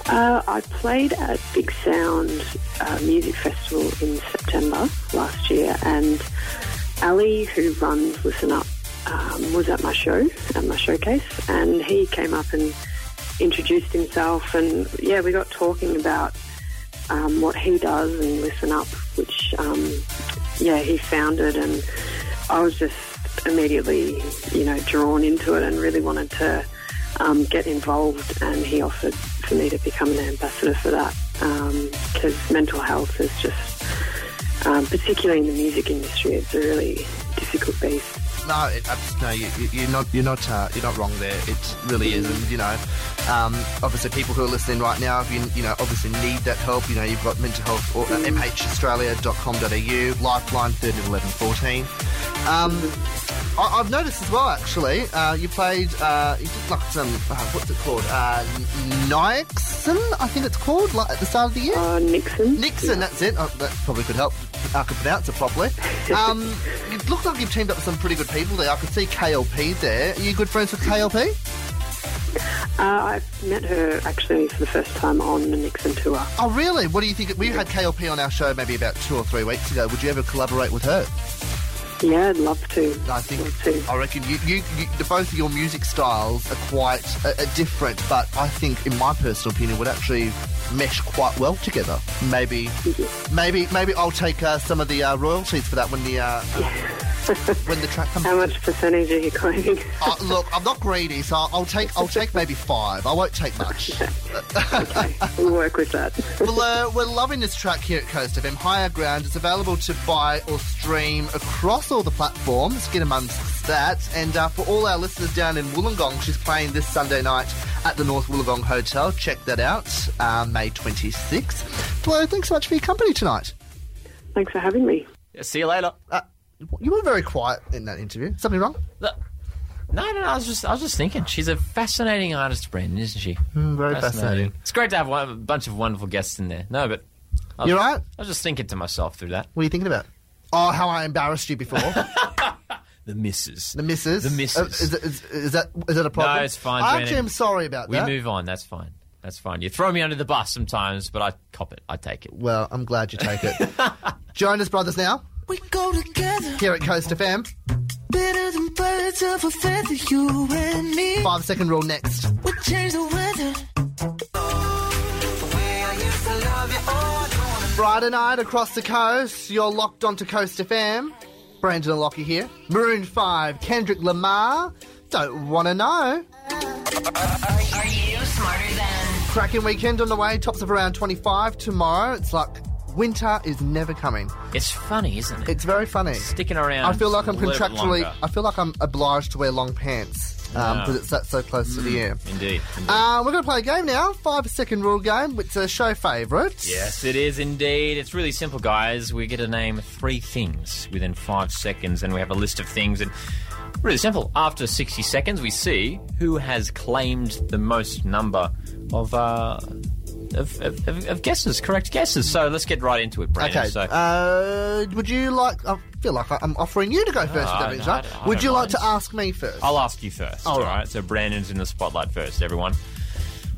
Speaker 9: uh, I played at Big Sound uh, Music Festival in September last year, and Ali, who runs Listen Up, um, was at my show at my showcase, and he came up and introduced himself, and yeah, we got talking about um, what he does and Listen Up, which um, yeah he founded, and I was just immediately you know drawn into it and really wanted to um, get involved, and he offered for me to become an ambassador for that because mental health is just um, particularly in the music industry, it's a really difficult beast.
Speaker 5: No, it, abs- no, you, you- you're not, you're not, uh, you're not wrong there. It really is, and you know, um, obviously, people who are listening right now, if you, you know, obviously need that help, you know, you've got mental health or uh, mhaustralia.com.au, Lifeline 13 11 14. Um, I, I've noticed as well, actually, uh, you played, uh, you did like some, uh, what's it called, uh, Nixon, I think it's called, like at the start of the year.
Speaker 9: Uh, Nixon.
Speaker 5: Nixon, that's it. Oh, that probably could help. I could pronounce it properly. Um, it looks like you've teamed up with some pretty good people there. I could see KLP there. Are you good friends with KLP?
Speaker 9: Uh, I met her actually for the first time on the Nixon tour.
Speaker 5: Oh, really? What do you think? We had KLP on our show maybe about two or three weeks ago. Would you ever collaborate with her?
Speaker 9: Yeah, I'd love to.
Speaker 5: I
Speaker 9: Love to.
Speaker 5: think I reckon you, you, you the, both of your music styles are quite uh, uh, different, but I think, in my personal opinion, would actually mesh quite well together. Maybe, maybe, maybe I'll take uh, some of the uh, royalties for that when the uh, when the track comes.
Speaker 9: How much percentage are you claiming?
Speaker 5: Uh, look, I'm not greedy, so I'll take I'll take maybe five. I won't take much.
Speaker 9: we'll work with that.
Speaker 5: Well, uh, we're loving this track here at Coast FM. Higher Ground is available to buy or stream across all the platforms. Get amongst that. And uh, for all our listeners down in Wollongong, she's playing this Sunday night at the North Wollongong Hotel. Check that out, uh, May 26th. Flo, thanks so much for your company tonight.
Speaker 9: Thanks for having me.
Speaker 6: Yeah, see you later.
Speaker 5: Uh, you were very quiet in that interview. Something wrong?
Speaker 6: Look. No, no, no, I was just, I was just thinking. She's a fascinating artist, Brendan, isn't she?
Speaker 5: very Hmm. fascinating.
Speaker 6: It's great to have one, a bunch of wonderful guests in there. No, but I was,
Speaker 5: You alright?
Speaker 6: I was just thinking to myself through that.
Speaker 5: What are you thinking about? Oh, how I embarrassed you before.
Speaker 6: The misses.
Speaker 5: the missus.
Speaker 6: The missus.
Speaker 5: Uh, is, it- is, is that is that a problem?
Speaker 6: No, it's fine,
Speaker 5: I
Speaker 6: Brennan.
Speaker 5: actually am sorry about
Speaker 6: we
Speaker 5: that.
Speaker 6: move on. That's fine. That's fine. You throw me under the bus sometimes, but I cop it. I take it.
Speaker 5: Well, I'm glad you take it. Jonas Brothers now
Speaker 1: We go together,
Speaker 5: here at Coast FM.
Speaker 1: better than birds of a feather, you and me.
Speaker 5: Five second rule next.
Speaker 1: We change the weather.
Speaker 5: Friday night across the coast. You're locked onto Coast FM. Brandon and Lockie here. Maroon Five. Kendrick Lamar. Don't wanna know.
Speaker 7: Are you smarter than?
Speaker 5: Cracking weekend on the way. Tops of around 25 tomorrow. It's like winter is never coming.
Speaker 6: It's funny, isn't it?
Speaker 5: It's very funny.
Speaker 6: Sticking around.
Speaker 5: I feel like I'm
Speaker 6: a little bit
Speaker 5: contractually.
Speaker 6: longer.
Speaker 5: I feel like I'm obliged to wear long pants because
Speaker 6: No.
Speaker 5: it's that so close to
Speaker 6: Mm.
Speaker 5: the air.
Speaker 6: Indeed. indeed.
Speaker 5: Uh, we're going to play a game now. Five second rule game. It's a show favourite.
Speaker 6: Yes, it is indeed. It's really simple, guys. We get to name three things within five seconds, and we have a list of things. And really simple. After 60 seconds, we see who has claimed the most number of. Uh, of, of, of, of guesses, correct guesses. So let's get right into it, Brandon.
Speaker 5: Okay.
Speaker 6: So,
Speaker 5: Uh, would you like? I feel like I'm offering you to go first.
Speaker 6: I-
Speaker 5: if that means
Speaker 6: I-
Speaker 5: right.
Speaker 6: I
Speaker 5: would
Speaker 6: don't
Speaker 5: you like
Speaker 6: mind.
Speaker 5: to ask me first?
Speaker 6: I'll ask you first.
Speaker 5: All
Speaker 6: All
Speaker 5: right.
Speaker 6: right. So Brandon's in the spotlight first. Everyone,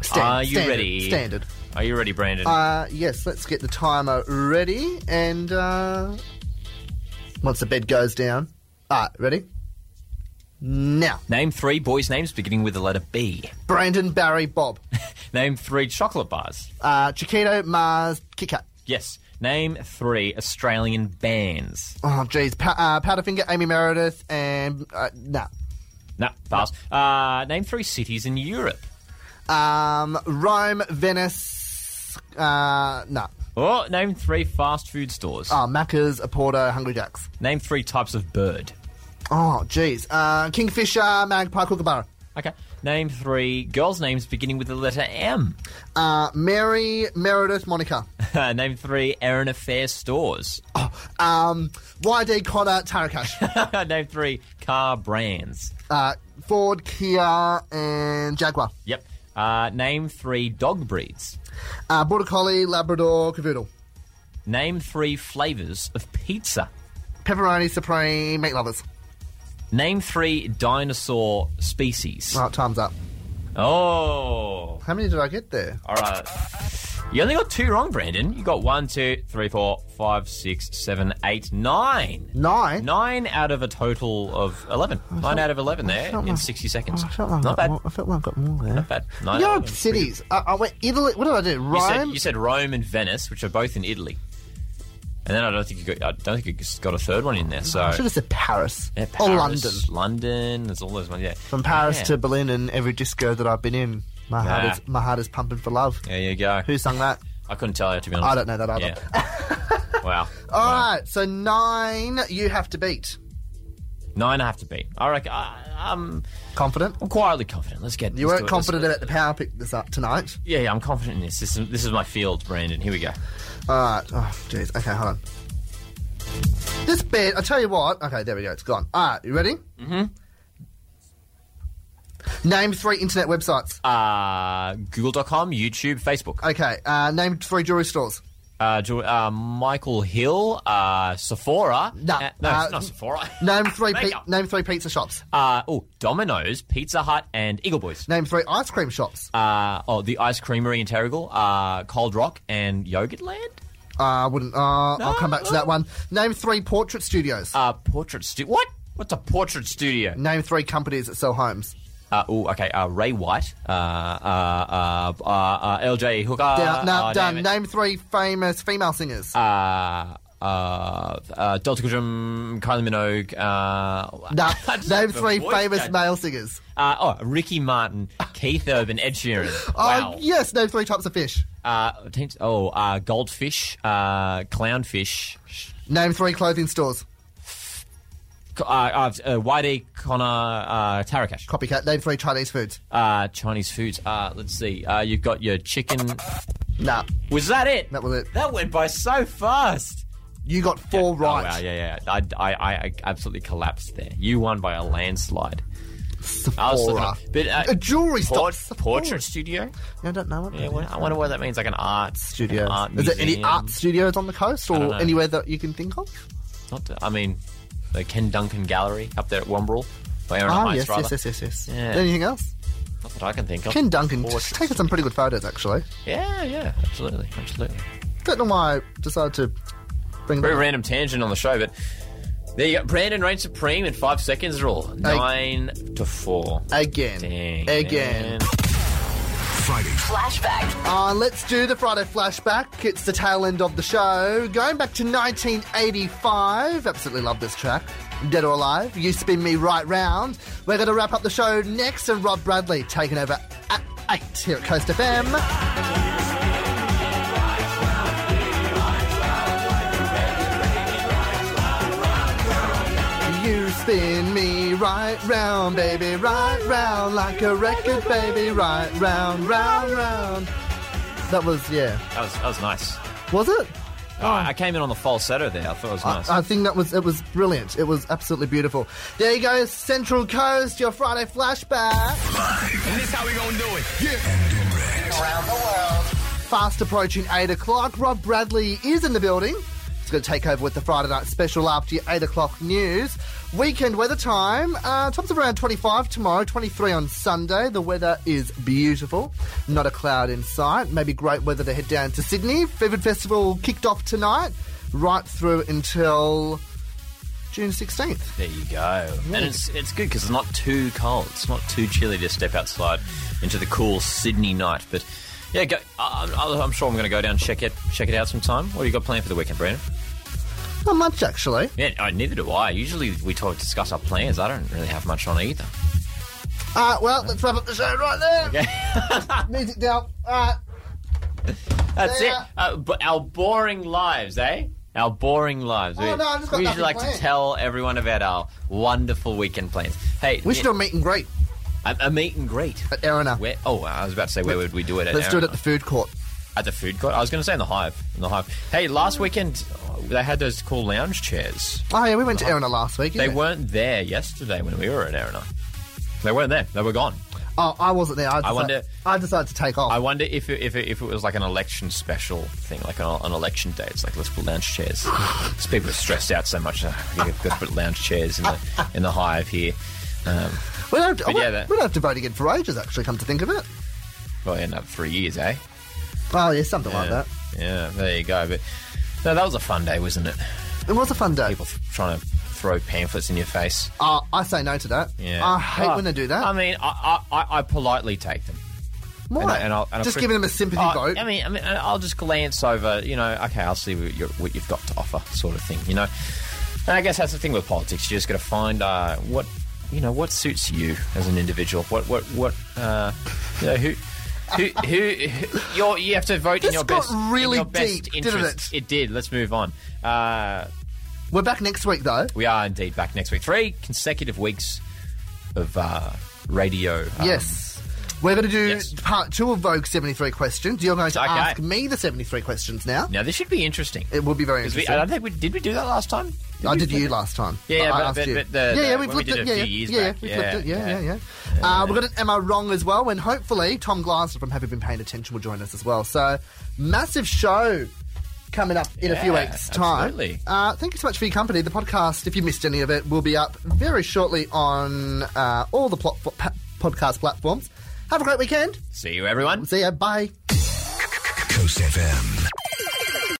Speaker 5: Stan-
Speaker 6: are uh, you
Speaker 5: standard,
Speaker 6: ready?
Speaker 5: Standard.
Speaker 6: Are you ready, Brandon?
Speaker 5: Uh, yes. Let's get the timer ready. And uh, once the bed goes down. Ah, ready? Now,
Speaker 6: Name three boys' names beginning with the letter B.
Speaker 5: Brandon, Barry, Bob,
Speaker 6: Name three chocolate bars.
Speaker 5: uh, Chiquito, Mars, Kit Kat.
Speaker 6: Yes. Name three Australian bands.
Speaker 5: Oh, jeez. Pa- uh, Powderfinger, Amy Meredith, and uh, nah.
Speaker 6: No, pass. Uh, name three cities in Europe.
Speaker 5: Um, Rome, Venice, uh, nah.
Speaker 6: Oh, name three fast food stores.
Speaker 5: Oh, Macca's, Oporto, Hungry Jacks.
Speaker 6: Name three types of bird.
Speaker 5: Oh, jeez. Uh, Kingfisher, Magpie, Kookaburra.
Speaker 6: Okay. Name three girls' names beginning with the letter M.
Speaker 5: Uh, Mary, Meredith, Monica.
Speaker 6: name three Erin Affair stores.
Speaker 5: Um, YD, Connor, Tarakash.
Speaker 6: name three car brands.
Speaker 5: uh, Ford, Kia, and Jaguar.
Speaker 6: Yep. Uh, name three dog breeds.
Speaker 5: Uh, Border Collie, Labrador, Cavoodle.
Speaker 6: Name three flavors of pizza.
Speaker 5: Pepperoni, Supreme, Meat Lovers.
Speaker 6: Name three dinosaur species.
Speaker 5: Right, time's up.
Speaker 6: Oh.
Speaker 5: How many did I get there?
Speaker 6: All right. You only got two wrong, Brandon. You got one, two, three, four, five, six, seven, eight, nine.
Speaker 5: Nine?
Speaker 6: Nine out of a total of 11. Nine out of 11 there
Speaker 5: felt
Speaker 6: in
Speaker 5: like-
Speaker 6: 60 seconds.
Speaker 5: I felt like
Speaker 6: Not
Speaker 5: I got
Speaker 6: bad.
Speaker 5: more- I felt like I got more there.
Speaker 6: Not bad. Nine
Speaker 5: You
Speaker 6: out
Speaker 5: know,
Speaker 6: of 11.
Speaker 5: cities. I, I went Italy. What did I do?
Speaker 6: You
Speaker 5: Rome.
Speaker 6: said, you said Rome and Venice, which are both in Italy. And then I don't think you got, I don't think you got a third one in there. So
Speaker 5: I should have said Paris,
Speaker 6: Yeah,
Speaker 5: or
Speaker 6: Paris,
Speaker 5: London.
Speaker 6: London. There's all those ones. Yeah.
Speaker 5: From Paris
Speaker 6: Yeah.
Speaker 5: to Berlin and every disco that I've been in, my heart
Speaker 6: Nah.
Speaker 5: is my heart is pumping for love.
Speaker 6: There you go.
Speaker 5: Who sung that?
Speaker 6: I couldn't tell you to be honest.
Speaker 5: I don't know that either.
Speaker 6: Yeah. wow.
Speaker 5: All right, so nine you have to beat.
Speaker 6: Nine I have to beat. I reckon. I, um, I'm,
Speaker 5: Confident?
Speaker 6: I'm quietly confident. Let's get.
Speaker 5: You
Speaker 6: let's
Speaker 5: weren't
Speaker 6: do it. Let's-
Speaker 5: confident about the power pick this up tonight.
Speaker 6: Yeah, yeah, I'm confident in this. This is, this is my field, Brandon. Here we go.
Speaker 5: All right. Oh, jeez. Okay, hold on. This bed. I tell you what. Okay, there we go. It's gone. All right, you ready? Mm-hmm. Name three internet websites.
Speaker 6: Uh, Google.com, YouTube, Facebook.
Speaker 5: Okay. Uh, name three jewelry stores.
Speaker 6: Uh, Jo- uh, Michael Hill, uh, Sephora.
Speaker 5: No,
Speaker 6: Uh, no,
Speaker 5: uh,
Speaker 6: it's not Sephora.
Speaker 5: Name three. Pi-
Speaker 6: Makeup.
Speaker 5: name three pizza shops.
Speaker 6: Uh, oh, Domino's, Pizza Hut, and Eagle Boys.
Speaker 5: Name three ice cream shops.
Speaker 6: Uh, oh, the Ice Creamery in Terrigal, uh, Cold Rock, and Yogurtland.
Speaker 5: I wouldn't. Uh, I'll
Speaker 6: No,
Speaker 5: come back to
Speaker 6: no.
Speaker 5: that one. Name three portrait studios.
Speaker 6: Uh, portrait studio. What? What's a portrait studio?
Speaker 5: Name three companies that sell homes.
Speaker 6: Uh, oh, okay. Uh, Ray White, uh, uh, uh, uh, uh, LJ Hooker.
Speaker 5: Down, now,
Speaker 6: uh,
Speaker 5: done.
Speaker 6: damn it.
Speaker 5: Name three famous female singers.
Speaker 6: Uh, uh, uh, Delta Goodrum, Kylie Minogue. Uh,
Speaker 5: Nah,
Speaker 6: I just
Speaker 5: name
Speaker 6: have a
Speaker 5: three
Speaker 6: voice
Speaker 5: famous
Speaker 6: change.
Speaker 5: male singers.
Speaker 6: Uh, oh, Ricky Martin, Keith Urban, Ed Sheeran.
Speaker 5: Uh,
Speaker 6: Wow.
Speaker 5: yes, name three types of fish.
Speaker 6: Uh, teens- oh, uh, goldfish, uh, clownfish,
Speaker 5: Name three clothing stores.
Speaker 6: co- uh, uh, uh, YD Connor, uh, Tarakash.
Speaker 5: Copycat. Name three Chinese foods.
Speaker 6: Uh, Chinese foods. Uh, let's see. Uh, you've got your chicken.
Speaker 5: Nah,
Speaker 6: Was that it?
Speaker 5: that was it.
Speaker 6: That went by so fast.
Speaker 5: You got four
Speaker 6: Oh,
Speaker 5: right.
Speaker 6: wow, yeah, yeah. I, I, I I absolutely collapsed there. You won by a landslide. I was looking
Speaker 5: Sephora.
Speaker 6: up- but, uh,
Speaker 5: a jewelry store.
Speaker 6: Port,
Speaker 5: Sephora.
Speaker 6: portrait studio?
Speaker 5: I don't know. What
Speaker 6: Yeah,
Speaker 5: that
Speaker 6: well,
Speaker 5: is.
Speaker 6: I wonder what that means. Like an art
Speaker 5: studios.
Speaker 6: an art
Speaker 5: Is there any
Speaker 6: museum.
Speaker 5: art studios on the coast
Speaker 6: don't
Speaker 5: or
Speaker 6: know.
Speaker 5: anywhere that you can think of?
Speaker 6: Not, I mean, the Ken Duncan Gallery up there at Wombrel. Or Aaron
Speaker 5: Ah,
Speaker 6: Heights,
Speaker 5: yes,
Speaker 6: rather.
Speaker 5: yes, yes, yes, yes.
Speaker 6: Yeah.
Speaker 5: Anything else?
Speaker 6: Not that I can think of.
Speaker 5: Ken Duncan
Speaker 6: Portraits.
Speaker 5: just taking some pretty good photos, actually.
Speaker 6: Yeah, yeah, absolutely, absolutely.
Speaker 5: Don't know why I decided to bring
Speaker 6: Very
Speaker 5: that.
Speaker 6: random tangent on the show, but there you go. Brandon reigns supreme in five seconds rule. Nine to four.
Speaker 5: Again.
Speaker 6: Dang.
Speaker 5: Again.
Speaker 6: man.
Speaker 2: Friday.
Speaker 7: Flashback.
Speaker 5: Uh, let's do the Friday flashback. It's the tail end of the show. Going back to 1985. Absolutely love this track. Dead or Alive, You Spin Me Right Round. We're going to wrap up the show next, and Rob Bradley taking over at 8 here at Coast FM. You spin me right round, baby, right round, like a record, baby, right round, round, round. That was, yeah.
Speaker 6: That was that was nice.
Speaker 5: Was it?
Speaker 6: Oh, I came in on the falsetto there. I thought it was nice.
Speaker 5: I, I think that was, it was brilliant. It was absolutely beautiful. There you go, Central Coast, your Friday flashback.
Speaker 3: And this how we gonna do it.
Speaker 7: Around the world.
Speaker 5: Fast approaching 8 o'clock. Rob Bradley is in the building. He's going to take over with the Friday night special after your 8 o'clock news. Weekend weather time. Uh, tops of around 25 tomorrow, 23 on Sunday. The weather is beautiful. Not a cloud in sight. Maybe great weather to head down to Sydney. Fevered Festival kicked off tonight, right through until June 16th.
Speaker 6: there you go. And it's it's good because it's not too cold. It's not too chilly to step outside into the cool Sydney night. But yeah, go, I, I'm- I'm sure I'm going to go down and check it check it out sometime. What do you got planned for the weekend, Brandon?
Speaker 5: Not much, actually.
Speaker 6: Yeah, uh, neither do I. Usually we talk discuss our plans. I don't really have much on either.
Speaker 5: Uh, well, let's wrap up the show right there. Music down. Uh,
Speaker 6: That's
Speaker 5: Yeah.
Speaker 6: it. Uh, but our boring lives, eh? Our boring lives.
Speaker 5: Oh,
Speaker 6: we
Speaker 5: no, I've just got
Speaker 6: we
Speaker 5: nothing
Speaker 6: usually like
Speaker 5: planned.
Speaker 6: to tell everyone about our wonderful weekend plans. Hey,
Speaker 5: we should do a meet and greet
Speaker 6: a, a meet and greet.
Speaker 5: at Erina.
Speaker 6: Where? Oh, I was about to say where would we do it? At
Speaker 5: Let's do it
Speaker 6: Arena?
Speaker 5: at the food court.
Speaker 6: At the food court. I was going to say in the hive. In the hive. Hey, last weekend oh, they had those cool lounge chairs.
Speaker 5: Oh, yeah, we went to Erina last week.
Speaker 6: They
Speaker 5: yeah.
Speaker 6: weren't there yesterday when we were at Erina. They weren't there. They were gone.
Speaker 5: Oh, I wasn't there. I, decided,
Speaker 6: wonder-
Speaker 5: I decided to take off.
Speaker 6: I wonder if it, if, it, if it was like an election special thing, like on, on election day. It's like let's put lounge chairs. 'Cause people are stressed out so much. Uh, we've got to put lounge chairs in the in the hive here. Um,
Speaker 5: we don't. Have to,
Speaker 6: but
Speaker 5: we,
Speaker 6: yeah, that-
Speaker 5: we don't have to vote again for ages. Actually, come to think of it.
Speaker 6: well, in up three years, eh?
Speaker 5: Oh, yeah, something like
Speaker 6: yeah.
Speaker 5: that.
Speaker 6: Yeah, there you go. But no, that was a fun day, wasn't it?
Speaker 5: It was a fun day.
Speaker 6: People trying to throw pamphlets in your face.
Speaker 5: Oh, I say no to that.
Speaker 6: Yeah,
Speaker 5: I hate
Speaker 6: Oh,
Speaker 5: when they do that.
Speaker 6: I mean, I I, I, I politely take them.
Speaker 5: Why?
Speaker 6: and I- and I'll- and I'll
Speaker 5: just
Speaker 6: pre-
Speaker 5: giving them a sympathy
Speaker 6: Oh,
Speaker 5: vote.
Speaker 6: I mean, I mean, I'll just glance over. You know, okay, I'll see what, you're, what you've got to offer, sort of thing. You know, and I guess that's the thing with politics. You just got to find uh, what you know what suits you as an individual. What what what uh, you know, who. who, who, who you're, you have to vote in
Speaker 5: This
Speaker 6: your
Speaker 5: got
Speaker 6: best, in
Speaker 5: really
Speaker 6: your best
Speaker 5: deep, didn't
Speaker 6: interest. it? did. Let's move on. Uh,
Speaker 5: We're back next week though.
Speaker 6: we are indeed back next week. Three consecutive weeks of uh, radio. um,
Speaker 5: yes. We're going to do
Speaker 6: yes.
Speaker 5: part two of Vogue 73 questions. You're going to
Speaker 6: Okay.
Speaker 5: ask me the 73 questions now.
Speaker 6: Now this should be interesting.
Speaker 5: It will be very
Speaker 6: 'Cause we-
Speaker 5: interesting.
Speaker 6: I don't think we did. We do that last time.
Speaker 5: I
Speaker 6: we?
Speaker 5: did you last time.
Speaker 6: Yeah, yeah,
Speaker 5: I
Speaker 6: but-
Speaker 5: asked
Speaker 6: but-
Speaker 5: you.
Speaker 6: but the-
Speaker 5: yeah, yeah,
Speaker 6: the-
Speaker 5: we've
Speaker 6: when we
Speaker 5: looked
Speaker 6: did
Speaker 5: at
Speaker 6: it a
Speaker 5: yeah,
Speaker 6: few years
Speaker 5: yeah, yeah,
Speaker 6: back.
Speaker 5: we've
Speaker 6: Yeah,
Speaker 5: looked at yeah, yeah,
Speaker 6: yeah.
Speaker 5: yeah. Uh, we've got an Am I Wrong as well, and hopefully Tom Glasser from Have You Been Paying Attention will join us as well. So, massive show coming up in a few
Speaker 6: Yeah,
Speaker 5: weeks' time.
Speaker 6: absolutely.
Speaker 5: Uh, thank you so much for your company. The podcast, if you missed any of it, will be up very shortly on uh, all the plot- pa- podcast platforms. Have a great weekend.
Speaker 6: See you, everyone.
Speaker 5: See ya. Bye.
Speaker 2: Coast FM.